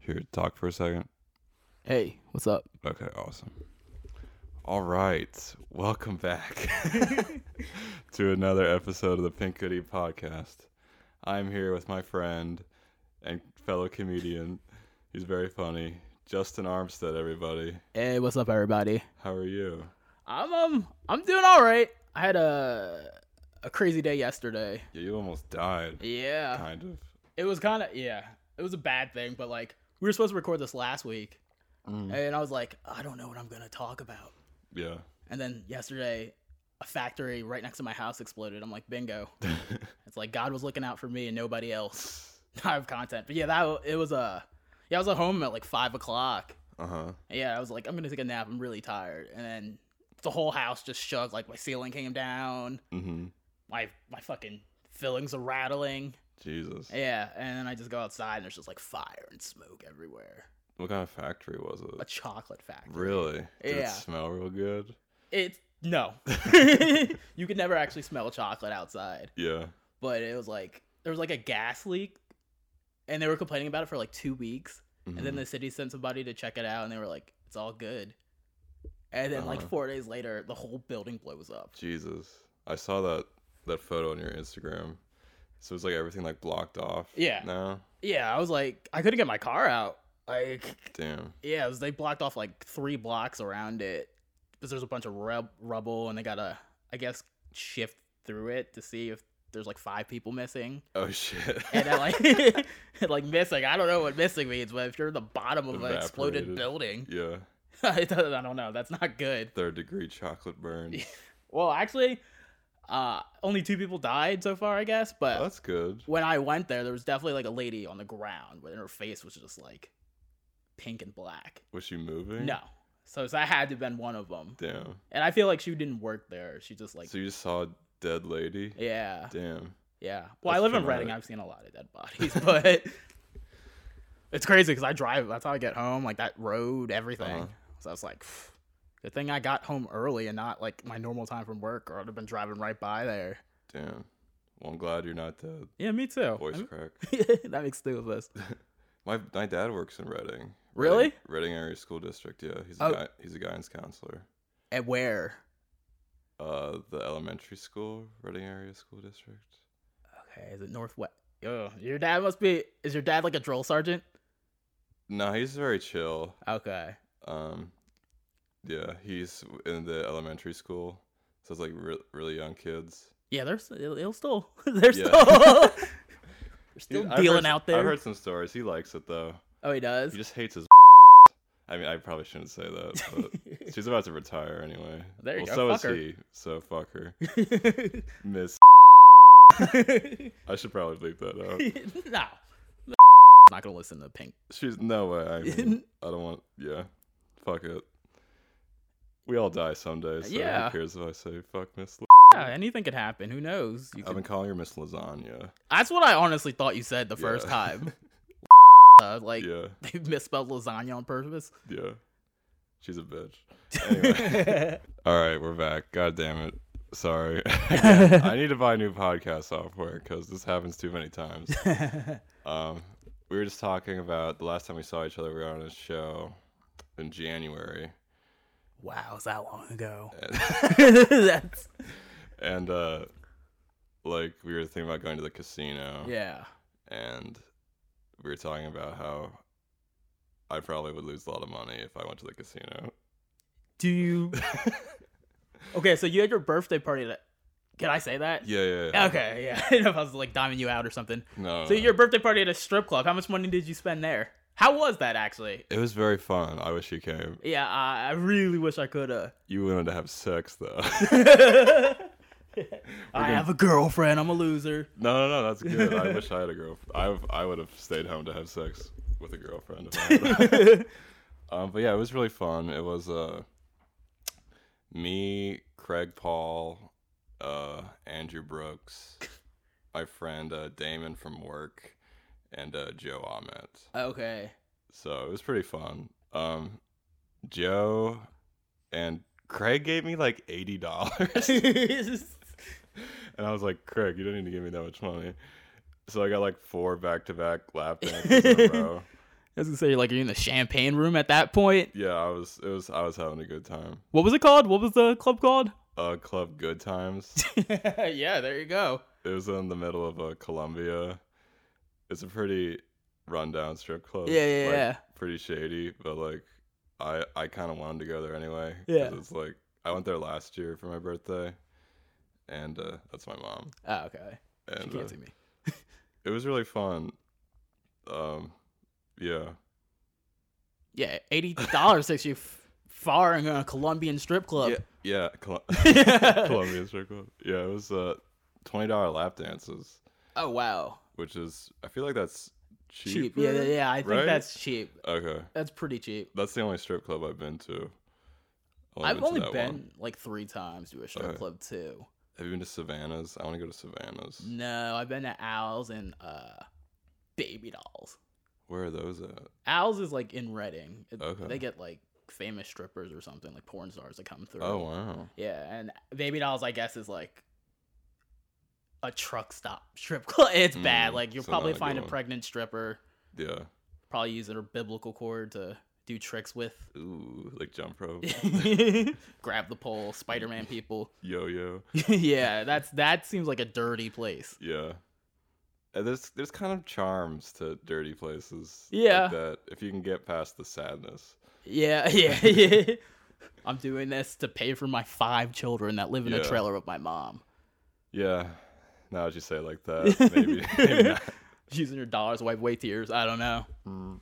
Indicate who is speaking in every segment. Speaker 1: here talk for a second?
Speaker 2: Hey, what's up?
Speaker 1: Okay, awesome. All right, welcome back to another episode of the Pink Hoodie Podcast. I'm here with my friend and fellow comedian. He's very funny, Justin Armstead. Everybody,
Speaker 2: Hey, what's up, everybody?
Speaker 1: how are you?
Speaker 2: I'm um, I'm doing all right. I had a a crazy day yesterday.
Speaker 1: Yeah, you almost died,
Speaker 2: Yeah,
Speaker 1: kind of.
Speaker 2: it was kind of yeah, it was a bad thing, but like we were supposed to record this last week,
Speaker 1: Mm,
Speaker 2: and I was like, I don't know what I'm gonna talk about.
Speaker 1: yeah,
Speaker 2: And then yesterday, a factory right next to my house exploded. I'm like, bingo. it's like God was looking out for me and nobody else. I have content, but yeah, that it was a yeah, I was at home at like five o'clock.
Speaker 1: uh huh.
Speaker 2: Yeah, I was like, I'm gonna take a nap. I'm really tired. And then the whole house just shook. Like my ceiling came down.
Speaker 1: Mm-hmm.
Speaker 2: My my fucking fillings are rattling.
Speaker 1: Jesus,
Speaker 2: Yeah, and then I just go outside and there's just like fire and smoke everywhere.
Speaker 1: what kind of factory was
Speaker 2: A
Speaker 1: it?
Speaker 2: chocolate factory.
Speaker 1: Really? Did it
Speaker 2: Yeah.
Speaker 1: smell real good?
Speaker 2: It no, you could never actually smell chocolate outside.
Speaker 1: Yeah.
Speaker 2: But it was like there was like a gas leak, and they were complaining about it for like two weeks. And then
Speaker 1: Mhm.
Speaker 2: the city sent somebody to check it out, and they were like, "It's all good." And then, like
Speaker 1: Uh-huh.
Speaker 2: four days later, the whole building blows up.
Speaker 1: Jesus, I saw that that photo on your Instagram. So it's like everything like blocked off.
Speaker 2: Yeah.
Speaker 1: Now,
Speaker 2: Yeah, I was like, I couldn't get my car out. Like,
Speaker 1: damn.
Speaker 2: yeah, it was, they blocked off like three blocks around it because there's a bunch of rub- rubble, and they gotta, I guess, shift through it to see if there's like five people missing.
Speaker 1: Oh shit.
Speaker 2: And uh, then, like, like missing, I don't know what missing means, but if you're in the bottom of an exploded
Speaker 1: Evaporated.
Speaker 2: building,
Speaker 1: yeah.
Speaker 2: I don't know. That's not good.
Speaker 1: Third degree chocolate burn.
Speaker 2: Yeah. Well, actually, uh, only two people died so far, I guess. But
Speaker 1: Oh, that's good.
Speaker 2: when I went there, there was definitely like a lady on the ground, but her face was just like pink and black.
Speaker 1: Was she moving?
Speaker 2: No, so, so that had to have been one of them.
Speaker 1: Damn.
Speaker 2: And I feel like she didn't work there. She just like,
Speaker 1: so you just saw a dead lady.
Speaker 2: yeah,
Speaker 1: Damn.
Speaker 2: yeah. Well, I
Speaker 1: that's
Speaker 2: live in Reading.
Speaker 1: traumatic.
Speaker 2: I've seen a lot of dead bodies, but it's crazy because I drive. That's how I get home. Like that road, everything.
Speaker 1: Uh-huh.
Speaker 2: So I was like. Phew. Good thing I got home early and not like my normal time from work, or I'd have been driving right by there.
Speaker 1: Damn. Well, I'm glad you're not dead.
Speaker 2: Yeah, me too.
Speaker 1: Voice
Speaker 2: I'm-
Speaker 1: crack.
Speaker 2: that makes two of us.
Speaker 1: My my dad works in Reading.
Speaker 2: Really?
Speaker 1: Reading, Reading area school district. Yeah. He's a
Speaker 2: Oh.
Speaker 1: guy. He's a guidance counselor.
Speaker 2: At where?
Speaker 1: Uh, the elementary school, Reading area school district.
Speaker 2: Okay, is it Northwest? Oh, your dad must be. Is your dad like a drill sergeant?
Speaker 1: No, he's very chill.
Speaker 2: Okay.
Speaker 1: Um, yeah, he's in the elementary school, so it's like re- really young kids.
Speaker 2: Yeah, there's. He'll still. They're
Speaker 1: Yeah.
Speaker 2: still. they're still
Speaker 1: I've heard
Speaker 2: dealing
Speaker 1: s-
Speaker 2: out
Speaker 1: I've
Speaker 2: there.
Speaker 1: heard some stories. He likes it though.
Speaker 2: oh, he does.
Speaker 1: He just hates his. I mean, I probably shouldn't say that, but she's about to retire anyway.
Speaker 2: There you
Speaker 1: well,
Speaker 2: go,
Speaker 1: So
Speaker 2: fuck her.
Speaker 1: is he. So fuck her, Miss. I should probably bleep that out.
Speaker 2: no. Not gonna listen to Pink.
Speaker 1: She's no way. I, mean, I don't want. Yeah, fuck it. We all die someday. So
Speaker 2: Yeah.
Speaker 1: Who cares if I say fuck Miss? L-
Speaker 2: Yeah, anything could happen. Who knows? You
Speaker 1: I've
Speaker 2: could-
Speaker 1: been calling her Miss Lasagna.
Speaker 2: That's what I honestly thought you said the first
Speaker 1: Yeah.
Speaker 2: time. Uh, like
Speaker 1: yeah.
Speaker 2: they misspelled lasagna on purpose.
Speaker 1: Yeah. She's a bitch. Anyway. All right, we're back. God damn it. Sorry. I need to buy new podcast software because this happens too many times. Um, we were just talking about the last time we saw each other, we were on a show in January.
Speaker 2: wow, is that long ago?
Speaker 1: And,
Speaker 2: That's
Speaker 1: and uh, like, we were thinking about going to the casino.
Speaker 2: yeah.
Speaker 1: And we were talking about how I probably would lose a lot of money if I went to the casino.
Speaker 2: Do you? okay, so you had your birthday party. That can I say that?
Speaker 1: Yeah, yeah, yeah.
Speaker 2: Okay, yeah. I didn't know if I was like diming you out or something.
Speaker 1: No.
Speaker 2: So
Speaker 1: no.
Speaker 2: your birthday party at a strip club. How much money did you spend there? How was that actually?
Speaker 1: It was very fun. I wish you came.
Speaker 2: Yeah, I, I really wish I could have.
Speaker 1: You wanted to have sex though.
Speaker 2: I have a girlfriend. I'm a loser.
Speaker 1: no, no, no. That's good. I wish I had a girlfriend. I w- I would have stayed home to have sex with a girlfriend. If I had um, but yeah, it was really fun. It was uh, me, Craig Paul, uh, Andrew Brooks, my friend uh, Damon from work, and uh, Joe Ahmet.
Speaker 2: okay.
Speaker 1: So it was pretty fun. Um, Joe and Craig gave me like eighty dollars. And I was like, Craig, you don't need to give me that much money. So I got like four back to back lap dances in a row.
Speaker 2: I was gonna say, like, are you in the champagne room at that point?
Speaker 1: Yeah, I was. It was. I was having a good time.
Speaker 2: What was it called? What was the club called?
Speaker 1: Uh, Club Good Times.
Speaker 2: yeah, there you go.
Speaker 1: it was in the middle of uh, Columbia. It's a pretty rundown strip club.
Speaker 2: Yeah, yeah,
Speaker 1: like,
Speaker 2: yeah.
Speaker 1: Pretty shady, but like, I I kind of wanted to go there anyway. 'cause
Speaker 2: Yeah.
Speaker 1: It's like I went there last year for my birthday, and uh, that's my mom.
Speaker 2: Oh, okay. She
Speaker 1: And uh,
Speaker 2: can't see me.
Speaker 1: it was really fun. Um, yeah.
Speaker 2: Yeah, eighty dollars takes you f- far in a Colombian strip club.
Speaker 1: Yeah. Yeah. Col- Columbia Strip Club. Yeah, it was uh, twenty dollar lap dances,
Speaker 2: Oh wow,
Speaker 1: which is I feel like that's cheap.
Speaker 2: cheap. Yeah, yeah, yeah. I think
Speaker 1: Right?
Speaker 2: that's cheap.
Speaker 1: Okay,
Speaker 2: That's pretty cheap.
Speaker 1: that's the only strip club I've been to. I've
Speaker 2: I've only
Speaker 1: that
Speaker 2: been
Speaker 1: one.
Speaker 2: like three times to a strip
Speaker 1: Okay.
Speaker 2: club too.
Speaker 1: Have you been to Savannah's? I want to go to Savannah's.
Speaker 2: No, I've been to Owls and uh, Baby Dolls.
Speaker 1: Where are those at?
Speaker 2: Owls is like in Reading. It-
Speaker 1: Okay.
Speaker 2: They get like famous strippers or something, like porn stars that come through.
Speaker 1: Oh wow.
Speaker 2: Yeah, and Baby Dolls, I guess, is like a truck stop strip club. It's bad.
Speaker 1: Mm,
Speaker 2: Like you'll
Speaker 1: so not
Speaker 2: probably
Speaker 1: a good
Speaker 2: find a
Speaker 1: one.
Speaker 2: pregnant stripper,
Speaker 1: Yeah.
Speaker 2: probably use her biblical cord to do tricks with.
Speaker 1: Ooh, like jump rope,
Speaker 2: Grab the pole, Spider Man people.
Speaker 1: yo yo.
Speaker 2: yeah, that's that seems like a dirty place.
Speaker 1: Yeah. And there's there's kind of charms to dirty places.
Speaker 2: Yeah.
Speaker 1: Like that if you can get past the sadness.
Speaker 2: Yeah, yeah, yeah. I'm doing this to pay for my five children that live in a
Speaker 1: Yeah.
Speaker 2: trailer with my mom.
Speaker 1: Yeah. Now that you say it like that, maybe, maybe not.
Speaker 2: Using your dollars to wipe away tears. I don't know.
Speaker 1: Mm.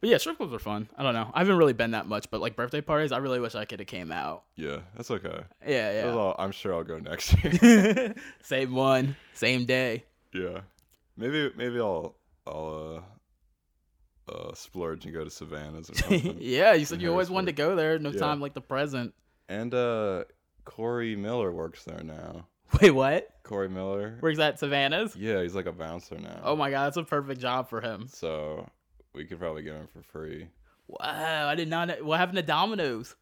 Speaker 2: But yeah, strip clubs are fun. I don't know. I haven't really been that much, but like birthday parties, I really wish I could have came out.
Speaker 1: Yeah, that's okay. That's
Speaker 2: Yeah,
Speaker 1: all- I'm sure I'll go next year.
Speaker 2: yeah. same one, same day.
Speaker 1: yeah. Maybe maybe I'll I'll uh uh splurge and go to Savannah's or something.
Speaker 2: yeah, you said
Speaker 1: In
Speaker 2: you always wanted to go there. No
Speaker 1: Yeah.
Speaker 2: time like the present.
Speaker 1: And uh Corey Miller works there now.
Speaker 2: Wait, what?
Speaker 1: Corey Miller.
Speaker 2: Where's that? Savannah's?
Speaker 1: Yeah, he's like a bouncer now.
Speaker 2: Oh my god, that's a perfect job for him.
Speaker 1: So we could probably get him for free.
Speaker 2: Wow, I did not. Know. What happened to Domino's?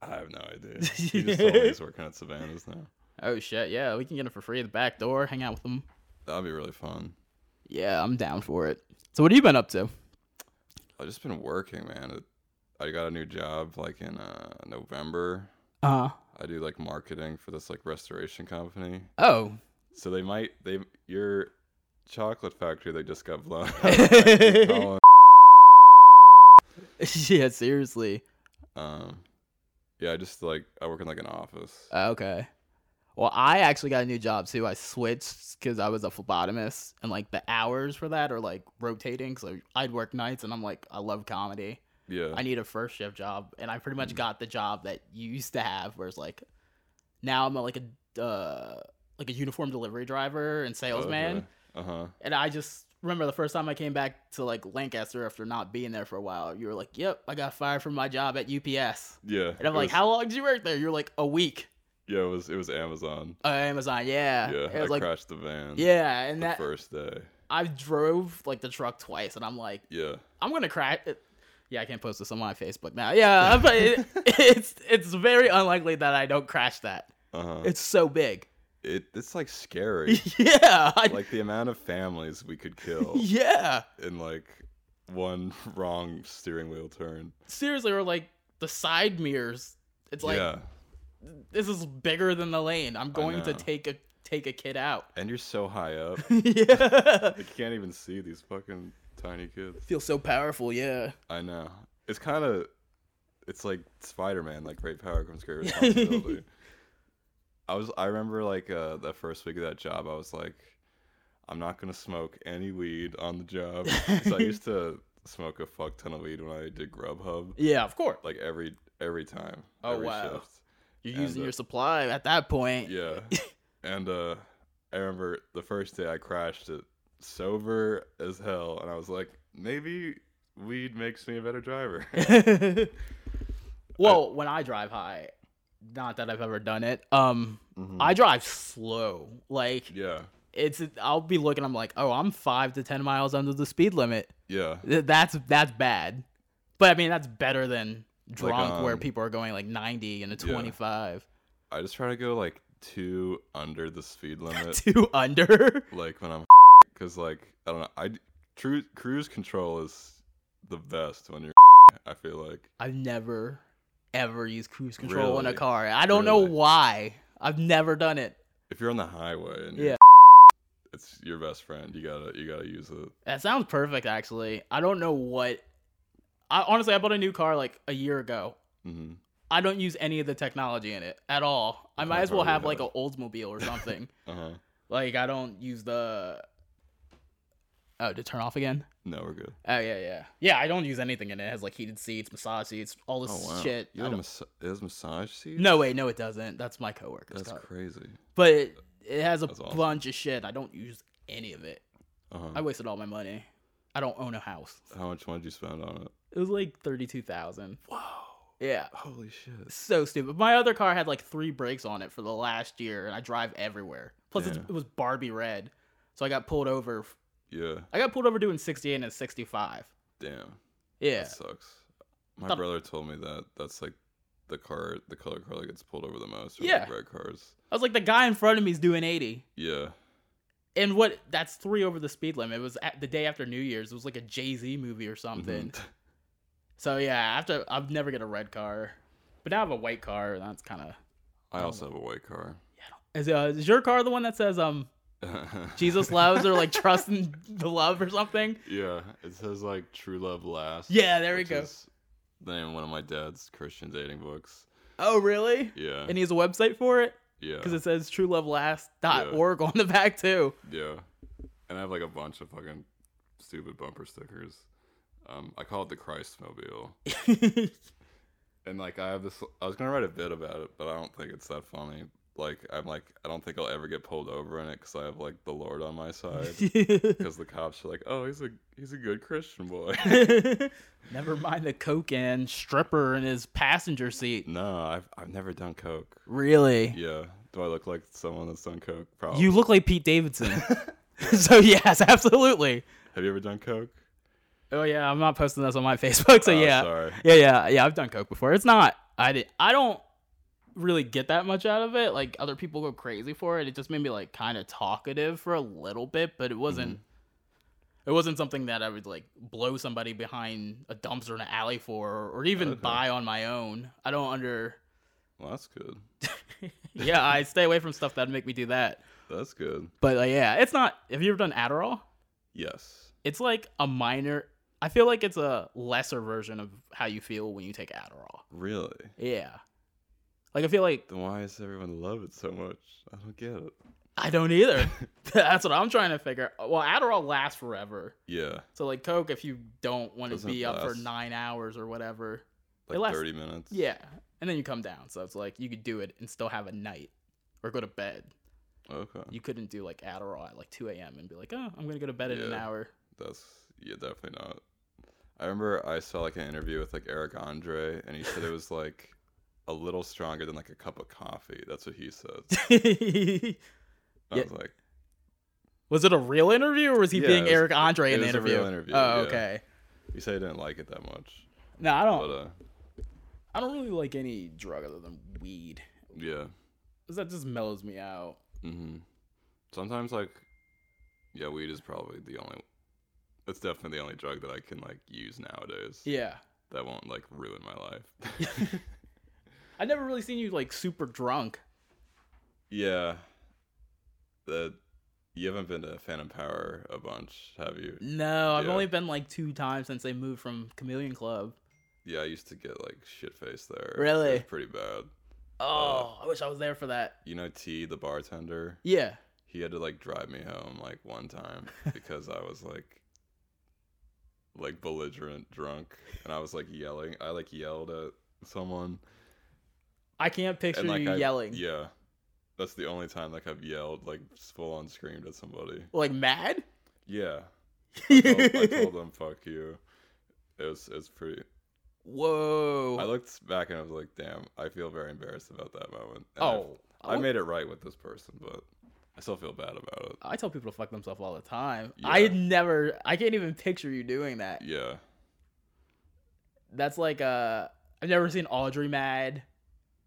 Speaker 1: I have no idea. He just told me he's working at Savannah's now.
Speaker 2: Oh shit, yeah, we can get it for free at the back door. Hang out with them.
Speaker 1: That'd be really fun.
Speaker 2: Yeah, I'm down for it. So what have you been up to?
Speaker 1: I've just been working, man. It- I got a new job like in uh, November.
Speaker 2: Uh
Speaker 1: I do like marketing for this like restoration company.
Speaker 2: oh.
Speaker 1: So they might they your chocolate factory they just got blown.
Speaker 2: yeah,
Speaker 1: up.
Speaker 2: seriously.
Speaker 1: um, yeah, I just like I work in like an office.
Speaker 2: Uh, Okay. Well, I actually got a new job too. I switched because I was a phlebotomist, and like the hours for that are like rotating. So I'd work nights, and I'm like, I love comedy.
Speaker 1: yeah,
Speaker 2: I need a first shift job, and I pretty much
Speaker 1: Mhm.
Speaker 2: got the job that you used to have, where it's like, now I'm like a uh, like a uniform delivery driver
Speaker 1: Oh,
Speaker 2: and salesman.
Speaker 1: Uh huh.
Speaker 2: And I just remember the first time I came back to like Lancaster after not being there for a while, you were like, "Yep, I got fired from my job at UPS."
Speaker 1: Yeah.
Speaker 2: And I'm
Speaker 1: it
Speaker 2: like,
Speaker 1: was-
Speaker 2: "How long did you work there?" You're like, "A week."
Speaker 1: Yeah, it was it was Amazon.
Speaker 2: Uh, Amazon, yeah.
Speaker 1: Yeah,
Speaker 2: it
Speaker 1: I
Speaker 2: was like,
Speaker 1: crashed the van.
Speaker 2: yeah, and
Speaker 1: the
Speaker 2: that
Speaker 1: first day.
Speaker 2: I drove like the truck twice, and I'm like,
Speaker 1: Yeah,
Speaker 2: "I'm gonna crash." It. Yeah, I can't post this on my Facebook now. Yeah, but it, it's it's very unlikely that I don't crash that.
Speaker 1: uh huh. It's
Speaker 2: It's so big.
Speaker 1: it, it's like scary.
Speaker 2: yeah, I,
Speaker 1: like oh. the amount of families we could kill
Speaker 2: yeah.
Speaker 1: in like one wrong steering wheel turn.
Speaker 2: Seriously, or like the side mirrors. It's like
Speaker 1: yeah,
Speaker 2: this is bigger than the lane. I'm going to
Speaker 1: know.
Speaker 2: take a take a kid out.
Speaker 1: and you're so high up,
Speaker 2: yeah.
Speaker 1: like you can't even see these fucking tiny kids.
Speaker 2: Feel so powerful, yeah.
Speaker 1: I know. It's kind of, it's like Spider-Man, like great power comes great responsibility. I was, I remember like uh, the first week of that job, I was like, I'm not gonna smoke any weed on the job. 'Cause I used to smoke a fuck ton of weed when I did Grubhub,
Speaker 2: Yeah, of course.
Speaker 1: like every every time.
Speaker 2: Oh,
Speaker 1: every
Speaker 2: wow.
Speaker 1: Shift.
Speaker 2: You're
Speaker 1: and,
Speaker 2: using
Speaker 1: uh,
Speaker 2: your supply at that point.
Speaker 1: Yeah. and uh I remember the first day I crashed it sober as hell and I was like, maybe weed makes me a better driver.
Speaker 2: well, when I drive high, not that I've ever done it. Um
Speaker 1: Mhm.
Speaker 2: I drive slow. Like
Speaker 1: yeah.
Speaker 2: it's I'll be looking I'm like, "Oh, I'm 5 to 10 miles under the speed limit."
Speaker 1: Yeah.
Speaker 2: Th- That's that's bad. But I mean, that's better than drunk where
Speaker 1: um,
Speaker 2: people are going like 90 and a 25.
Speaker 1: I just try to go like two under the speed limit
Speaker 2: Two under.
Speaker 1: like when I'm cuz like I don't know. I d- tru- cruise control is the best when you're. I feel like
Speaker 2: I've never ever used cruise control in a
Speaker 1: Really?
Speaker 2: car. I don't know
Speaker 1: Really?
Speaker 2: why. I've never done it.
Speaker 1: if you're on the highway and
Speaker 2: Yeah.
Speaker 1: you're it's your best friend. You gotta you gotta use it.
Speaker 2: That sounds perfect actually. I don't know what I honestly I bought a new car like a year ago.
Speaker 1: hmm
Speaker 2: I don't use any of the technology in it at all. I
Speaker 1: That's
Speaker 2: might as well
Speaker 1: probably
Speaker 2: have like
Speaker 1: better.
Speaker 2: an Oldsmobile or something.
Speaker 1: Uh huh.
Speaker 2: like I don't use the Oh, to turn off again?
Speaker 1: No, we're good.
Speaker 2: Oh yeah, yeah. Yeah, I don't use anything in it. It has like heated seats, massage seats, all this
Speaker 1: Oh wow.
Speaker 2: shit.
Speaker 1: You
Speaker 2: I
Speaker 1: have a
Speaker 2: don't-
Speaker 1: mas- it has massage seats.
Speaker 2: No way, no it doesn't. That's my coworker's
Speaker 1: That's
Speaker 2: car.
Speaker 1: crazy.
Speaker 2: but it, it has a
Speaker 1: That's awesome.
Speaker 2: bunch of shit. I don't use any of it.
Speaker 1: Uh
Speaker 2: I
Speaker 1: huh.
Speaker 2: wasted all my money. I don't own a house.
Speaker 1: How much money did you spend on it?
Speaker 2: It was like thirty-two thousand.
Speaker 1: Wow.
Speaker 2: Yeah,
Speaker 1: Holy shit.
Speaker 2: so stupid. My other car had like three brakes on it for the last year, and I drive everywhere. Plus, it's,
Speaker 1: Yeah.
Speaker 2: it was Barbie red, so I got pulled over.
Speaker 1: Yeah.
Speaker 2: I got pulled over doing sixty-eight and sixty-five.
Speaker 1: Damn.
Speaker 2: Yeah,
Speaker 1: That sucks. My
Speaker 2: Thought-
Speaker 1: brother told me that that's like the car, the color car that gets pulled over the most. Are
Speaker 2: Yeah.
Speaker 1: Like red cars.
Speaker 2: I was like, the guy in front of me is doing eighty,
Speaker 1: Yeah.
Speaker 2: and what? That's three over the speed limit. It was at the day after New Year's. It was like a Jay Z movie or something.
Speaker 1: Mhm.
Speaker 2: So yeah, after I'll never get a red car, but now I have a white car. and That's kind of.
Speaker 1: I also have a white car.
Speaker 2: Is, uh, is your car the one that says um Jesus loves or like trust in the love or something?
Speaker 1: yeah. It says like true love lasts.
Speaker 2: Yeah, there we
Speaker 1: which
Speaker 2: go.
Speaker 1: is The name of one of my dad's Christian dating books.
Speaker 2: Oh really?
Speaker 1: Yeah.
Speaker 2: And he has a website for it
Speaker 1: yeah.
Speaker 2: because it says truelovelast.org on the back too.
Speaker 1: Yeah. And I have like a bunch of fucking stupid bumper stickers. Um, I call it the Christmobile. and like I have this I was gonna write a bit about it, but I don't think it's that funny. Like I'm like I don't think I'll ever get pulled over in it because I have like the Lord on my side. Because the cops are like, oh, he's a he's a good Christian boy.
Speaker 2: Never mind the coke and stripper in his passenger seat.
Speaker 1: no, I've I've never done coke.
Speaker 2: Really?
Speaker 1: Yeah, do I look like someone that's done coke? Probably.
Speaker 2: You look like Pete Davidson. so yes, absolutely.
Speaker 1: have you ever done coke?
Speaker 2: Oh yeah, I'm not posting this on my Facebook. So
Speaker 1: Oh,
Speaker 2: yeah,
Speaker 1: Sorry.
Speaker 2: yeah, yeah, yeah. I've done coke before. It's not. I did. I don't really get that much out of it. Like other people go crazy for it. It just made me like kind of talkative for a little bit, but it wasn't. It wasn't something that I would like blow somebody behind a dumpster in an alley for, or, or even
Speaker 1: Okay.
Speaker 2: buy on my own. I don't under.
Speaker 1: Well, that's good.
Speaker 2: Yeah, I stay away from stuff that'd make me do that.
Speaker 1: That's good.
Speaker 2: But like, yeah, it's not. Have you ever done Adderall?
Speaker 1: Yes.
Speaker 2: It's like a minor. I feel like it's a lesser version of how you feel when you take Adderall.
Speaker 1: Really.
Speaker 2: Yeah. Like I feel like
Speaker 1: Then why does everyone love it so much? I don't get it.
Speaker 2: I don't either. That's what I'm trying to figure. Well, Adderall lasts forever.
Speaker 1: Yeah,
Speaker 2: So like Coke, if you don't want to
Speaker 1: Doesn't
Speaker 2: be up for
Speaker 1: last.
Speaker 2: nine hours or whatever,
Speaker 1: like
Speaker 2: lasts-
Speaker 1: thirty minutes.
Speaker 2: yeah, and then you come down. So it's like you could do it and still have a night or go to bed.
Speaker 1: Okay.
Speaker 2: You couldn't do like Adderall at like 2 a.m. and be like, oh, I'm gonna go to bed in an
Speaker 1: Yeah.
Speaker 2: hour.
Speaker 1: That's yeah, definitely not. I remember I saw like an interview with like Eric Andre, and he said it was like a little stronger than like a cup of coffee. That's what he said. I
Speaker 2: Yeah,
Speaker 1: was like,
Speaker 2: was it a real interview or was he
Speaker 1: Yeah,
Speaker 2: being
Speaker 1: it was-
Speaker 2: Eric Andre
Speaker 1: it
Speaker 2: in the
Speaker 1: was a
Speaker 2: interview?
Speaker 1: real interview,
Speaker 2: Oh,
Speaker 1: yeah.
Speaker 2: okay.
Speaker 1: you say I didn't like it that much,
Speaker 2: No, I
Speaker 1: but
Speaker 2: don't.
Speaker 1: uh,
Speaker 2: I don't really like any drug other than weed.
Speaker 1: yeah.
Speaker 2: 'Cause That just mellows me out.
Speaker 1: hmm Sometimes like, yeah, weed is probably the only. It's definitely the only drug that I can like use nowadays.
Speaker 2: Yeah.
Speaker 1: That won't like ruin my life.
Speaker 2: I never really seen you like super drunk.
Speaker 1: yeah. The you haven't been to Phantom Power a bunch, have you?
Speaker 2: No, I've
Speaker 1: Yeah.
Speaker 2: only been like two times since they moved from Chameleon Club.
Speaker 1: Yeah, I used to get like shit faced there. It
Speaker 2: Really?
Speaker 1: was pretty bad.
Speaker 2: Oh, I wish I was there for that.
Speaker 1: You know T, the bartender,
Speaker 2: Yeah.
Speaker 1: he had to like drive me home like one time because I was like like belligerent drunk and I was like yelling. I like yelled at someone.
Speaker 2: I can't picture
Speaker 1: and like
Speaker 2: you
Speaker 1: I-
Speaker 2: yelling.
Speaker 1: Yeah. That's the only time like I've yelled, like full on screamed at somebody.
Speaker 2: Like mad?
Speaker 1: Yeah. I told, I told them fuck you. It was it's pretty
Speaker 2: Whoa.
Speaker 1: I looked back and I was like, damn, I feel very embarrassed about that moment. And I
Speaker 2: oh.
Speaker 1: I made it right with this person, but I still feel bad about it.
Speaker 2: I tell people to fuck themselves all the time.
Speaker 1: Yeah.
Speaker 2: I never I can't even picture you doing that.
Speaker 1: Yeah.
Speaker 2: That's like uh I've never seen Audrey mad.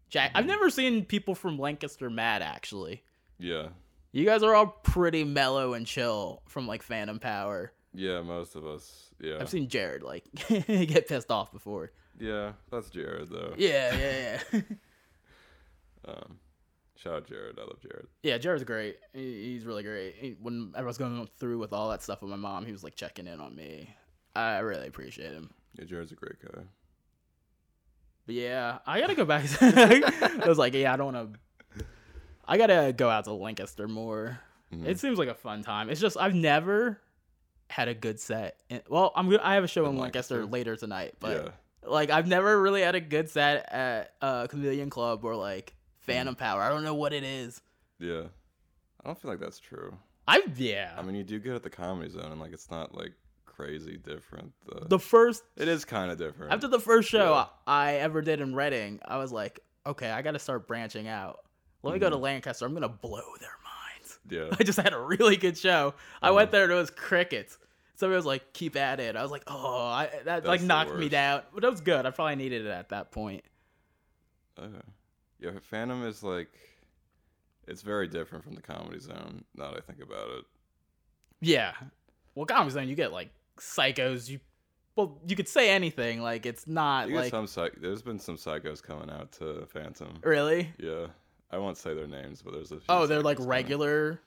Speaker 2: Jack I've
Speaker 1: Mhm.
Speaker 2: never seen people from Lancaster mad actually.
Speaker 1: Yeah.
Speaker 2: You guys are all pretty mellow and chill from like Phantom Power.
Speaker 1: Yeah, most of us. Yeah.
Speaker 2: I've seen Jared like get pissed off before.
Speaker 1: yeah, that's Jared though.
Speaker 2: Yeah, yeah, yeah.
Speaker 1: Um, shout out Jared. I love Jared.
Speaker 2: yeah, Jared's great. He- He's really great. He- When I was going through with all that stuff with my mom, he was like checking in on me. I really appreciate him.
Speaker 1: Yeah, Jared's a great guy.
Speaker 2: But yeah, I gotta go back. I was like, yeah, I don't wanna. I gotta go out to Lancaster more.
Speaker 1: Mhm.
Speaker 2: It seems like a fun time. It's just I've never had a good set. In, well, I'm gonna I have a show in,
Speaker 1: In
Speaker 2: Lancaster,
Speaker 1: Lancaster?
Speaker 2: later tonight,
Speaker 1: yeah.
Speaker 2: but like I've never really had a good set at uh, Chameleon Club or like Phantom
Speaker 1: Hmm.
Speaker 2: Power. I don't know what it is.
Speaker 1: Yeah. I don't feel like that's true.
Speaker 2: I yeah.
Speaker 1: I mean, you do good at the comedy zone, and like it's not like crazy different. The,
Speaker 2: the first
Speaker 1: it is kind of different.
Speaker 2: after the first show
Speaker 1: Yeah.
Speaker 2: I ever did in Reading, I was like, okay, I gotta start branching out. Let me go to
Speaker 1: Mm-hmm.
Speaker 2: Lancaster. I'm gonna blow their minds.
Speaker 1: yeah,
Speaker 2: I just had a really good show. I
Speaker 1: Mm-hmm.
Speaker 2: went there and it was crickets. Somebody was like, "Keep at it." I was like, "Oh, I, that like
Speaker 1: the
Speaker 2: knocked me
Speaker 1: worst.
Speaker 2: down," but that was good. I probably needed it at that point.
Speaker 1: Okay. yeah. Phantom is like, it's very different from the comedy zone. Now that I think about it,
Speaker 2: Yeah. Well, Comedy Zone, you get like psychos. You, well, you could say anything. Like it's not
Speaker 1: you get
Speaker 2: like
Speaker 1: some psych. There's been some psychos coming out to Phantom.
Speaker 2: really.
Speaker 1: Yeah, I won't say their names, but there's a. Few
Speaker 2: Oh, they're
Speaker 1: psychos
Speaker 2: like
Speaker 1: coming.
Speaker 2: regular.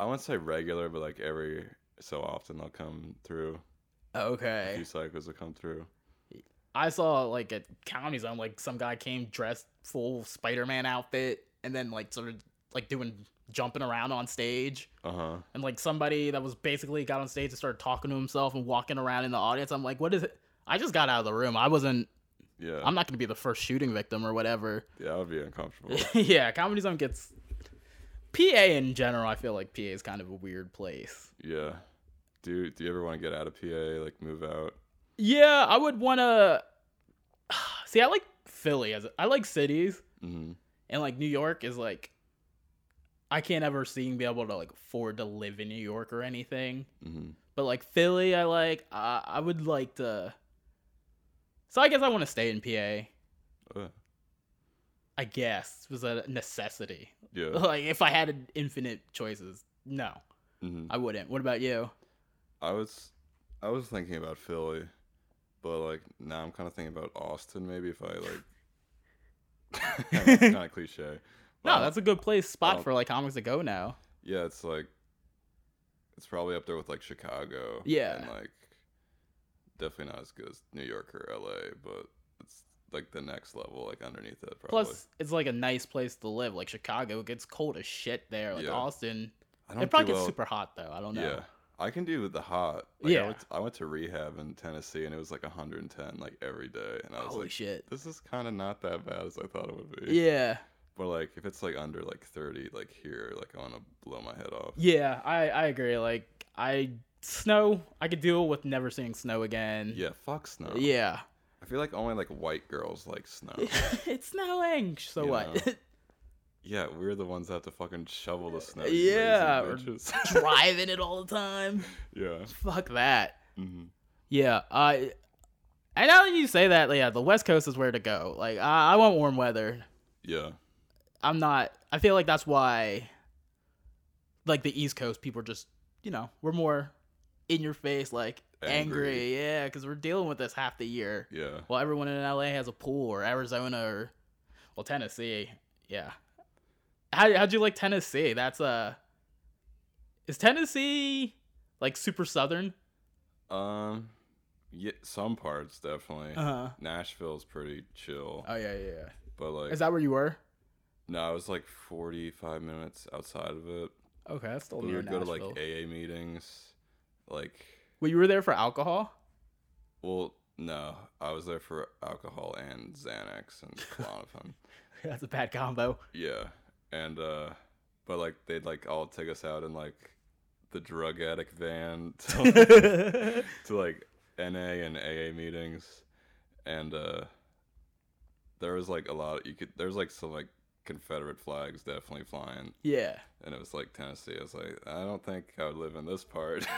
Speaker 1: I won't say regular, but like every so often they'll come through. A
Speaker 2: Okay.
Speaker 1: few psychos will come through.
Speaker 2: I saw like at Comedy Zone, like some guy came dressed full Spider-Man outfit, and then like sort of like doing jumping around on stage.
Speaker 1: Uh huh.
Speaker 2: and like somebody that was basically got on stage and started talking to himself and walking around in the audience. I'm like, what is it? I just got out of the room. I wasn't.
Speaker 1: Yeah.
Speaker 2: I'm not going to be the first shooting victim or whatever.
Speaker 1: yeah, that would be uncomfortable.
Speaker 2: yeah, Comedy Zone gets. PA in general, I feel like PA is kind of a weird place.
Speaker 1: Yeah. Do you- Do you ever want to get out of PA? Like move out?
Speaker 2: Yeah, I would want to. See, I like Philly as I like cities,
Speaker 1: Mm-hmm.
Speaker 2: and like New York is like. I can't ever seeing be able to like afford to live in New York or anything.
Speaker 1: Mm-hmm.
Speaker 2: But like Philly, I like. I I would like to. So I guess I want to stay in PA.
Speaker 1: Uh,
Speaker 2: I guess was a necessity.
Speaker 1: yeah.
Speaker 2: Like if I had infinite choices, no,
Speaker 1: hmm
Speaker 2: I wouldn't. What about you?
Speaker 1: I was I was thinking about Philly, but like now I'm kind of thinking about Austin. Maybe if I like, kind of cliche. but I
Speaker 2: No,
Speaker 1: don't-
Speaker 2: that's a good place spot
Speaker 1: well-
Speaker 2: for like comics to go now.
Speaker 1: yeah. It's like it's probably up there with like Chicago.
Speaker 2: Yeah.
Speaker 1: and like definitely not as good as New York or LA, but it's like the next level, like underneath it. Probably.
Speaker 2: Plus, it's like a nice place to live. Like Chicago it gets cold as shit there. Like
Speaker 1: Yeah.
Speaker 2: Austin,
Speaker 1: I
Speaker 2: it probably
Speaker 1: do
Speaker 2: gets
Speaker 1: well-
Speaker 2: super hot though. I don't know.
Speaker 1: Yeah. I can do with the hot. Like, I
Speaker 2: Yeah.
Speaker 1: went, I went to rehab in Tennessee and it was like 110 like every day. And I was
Speaker 2: Holy
Speaker 1: like,
Speaker 2: shit.
Speaker 1: this is kind of not that bad as I thought it would be.
Speaker 2: Yeah,
Speaker 1: But like if it's like under like 30 like here, like I want to blow my head off.
Speaker 2: yeah, I I agree. Like I snow, I could deal with never seeing snow again.
Speaker 1: Yeah, fuck snow.
Speaker 2: Yeah.
Speaker 1: I feel like only like white girls like snow.
Speaker 2: it's snowing. So
Speaker 1: You
Speaker 2: what?
Speaker 1: know. yeah, we're the ones that have to fucking shovel the snow. you
Speaker 2: yeah.
Speaker 1: lazy
Speaker 2: We're
Speaker 1: bitches.
Speaker 2: driving it all the time.
Speaker 1: yeah.
Speaker 2: Fuck that.
Speaker 1: hmm
Speaker 2: Yeah. I. and now that you say that, yeah, the West Coast is where to go. Like, I, I want warm weather.
Speaker 1: Yeah.
Speaker 2: I'm not. I feel like that's why, like the East Coast people are just, you know, we're more in your face, like angry,
Speaker 1: Angry.
Speaker 2: yeah, because we're dealing with this half the year.
Speaker 1: Yeah.
Speaker 2: Well, everyone in LA has a pool, or Arizona, or well, Tennessee. Yeah. How how'd you like Tennessee? That's uh Is Tennessee like super southern?
Speaker 1: Um yeah, some parts definitely.
Speaker 2: Uh huh.
Speaker 1: Nashville's pretty chill,
Speaker 2: Oh yeah, yeah.
Speaker 1: but like
Speaker 2: yeah. Is that where you were?
Speaker 1: No, it was like 45 minutes outside of it.
Speaker 2: Okay, that's still
Speaker 1: But we
Speaker 2: near
Speaker 1: would go to
Speaker 2: Nashville.
Speaker 1: like AA meetings. Like,
Speaker 2: Well, you were there for alcohol.
Speaker 1: well, no, I was there for alcohol and Xanax and Clonopin.
Speaker 2: that's a bad combo.
Speaker 1: yeah. And, uh, but like, they'd like all take us out in like the drug addict van to, like,
Speaker 2: yeah,
Speaker 1: to like NA and AA meetings. And, uh, there was like a lot, you could, there was like some like Confederate flags definitely flying. and it was like Tennessee. I was like, I don't think I would live in this part.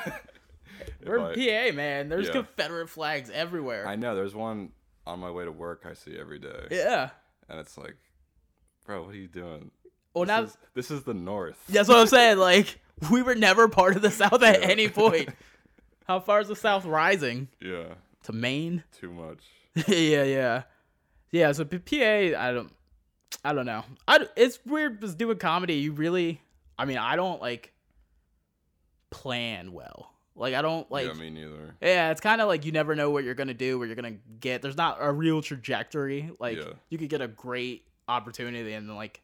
Speaker 1: If
Speaker 2: we're
Speaker 1: I,
Speaker 2: in PA, man. There's
Speaker 1: Yeah.
Speaker 2: Confederate flags everywhere.
Speaker 1: I know there's one on my way to work I see every day,
Speaker 2: yeah.
Speaker 1: and it's like, bro, what are you doing?
Speaker 2: Well,
Speaker 1: this,
Speaker 2: now
Speaker 1: is, this is the North.
Speaker 2: That's what I'm saying. Like, we were never part of the South at
Speaker 1: Yeah.
Speaker 2: any point. How far is the South rising?
Speaker 1: yeah,
Speaker 2: To Maine?
Speaker 1: too much.
Speaker 2: yeah, yeah, yeah. So P- PA, I don't, I don't know. I d- it's weird because doing comedy, you really, I mean, I don't like plan well. Like I don't like.
Speaker 1: yeah, me neither.
Speaker 2: Yeah, it's kind of like you never know what you're gonna do, what you're gonna get. There's not a real trajectory. Like
Speaker 1: Yeah.
Speaker 2: you could get a great opportunity and then like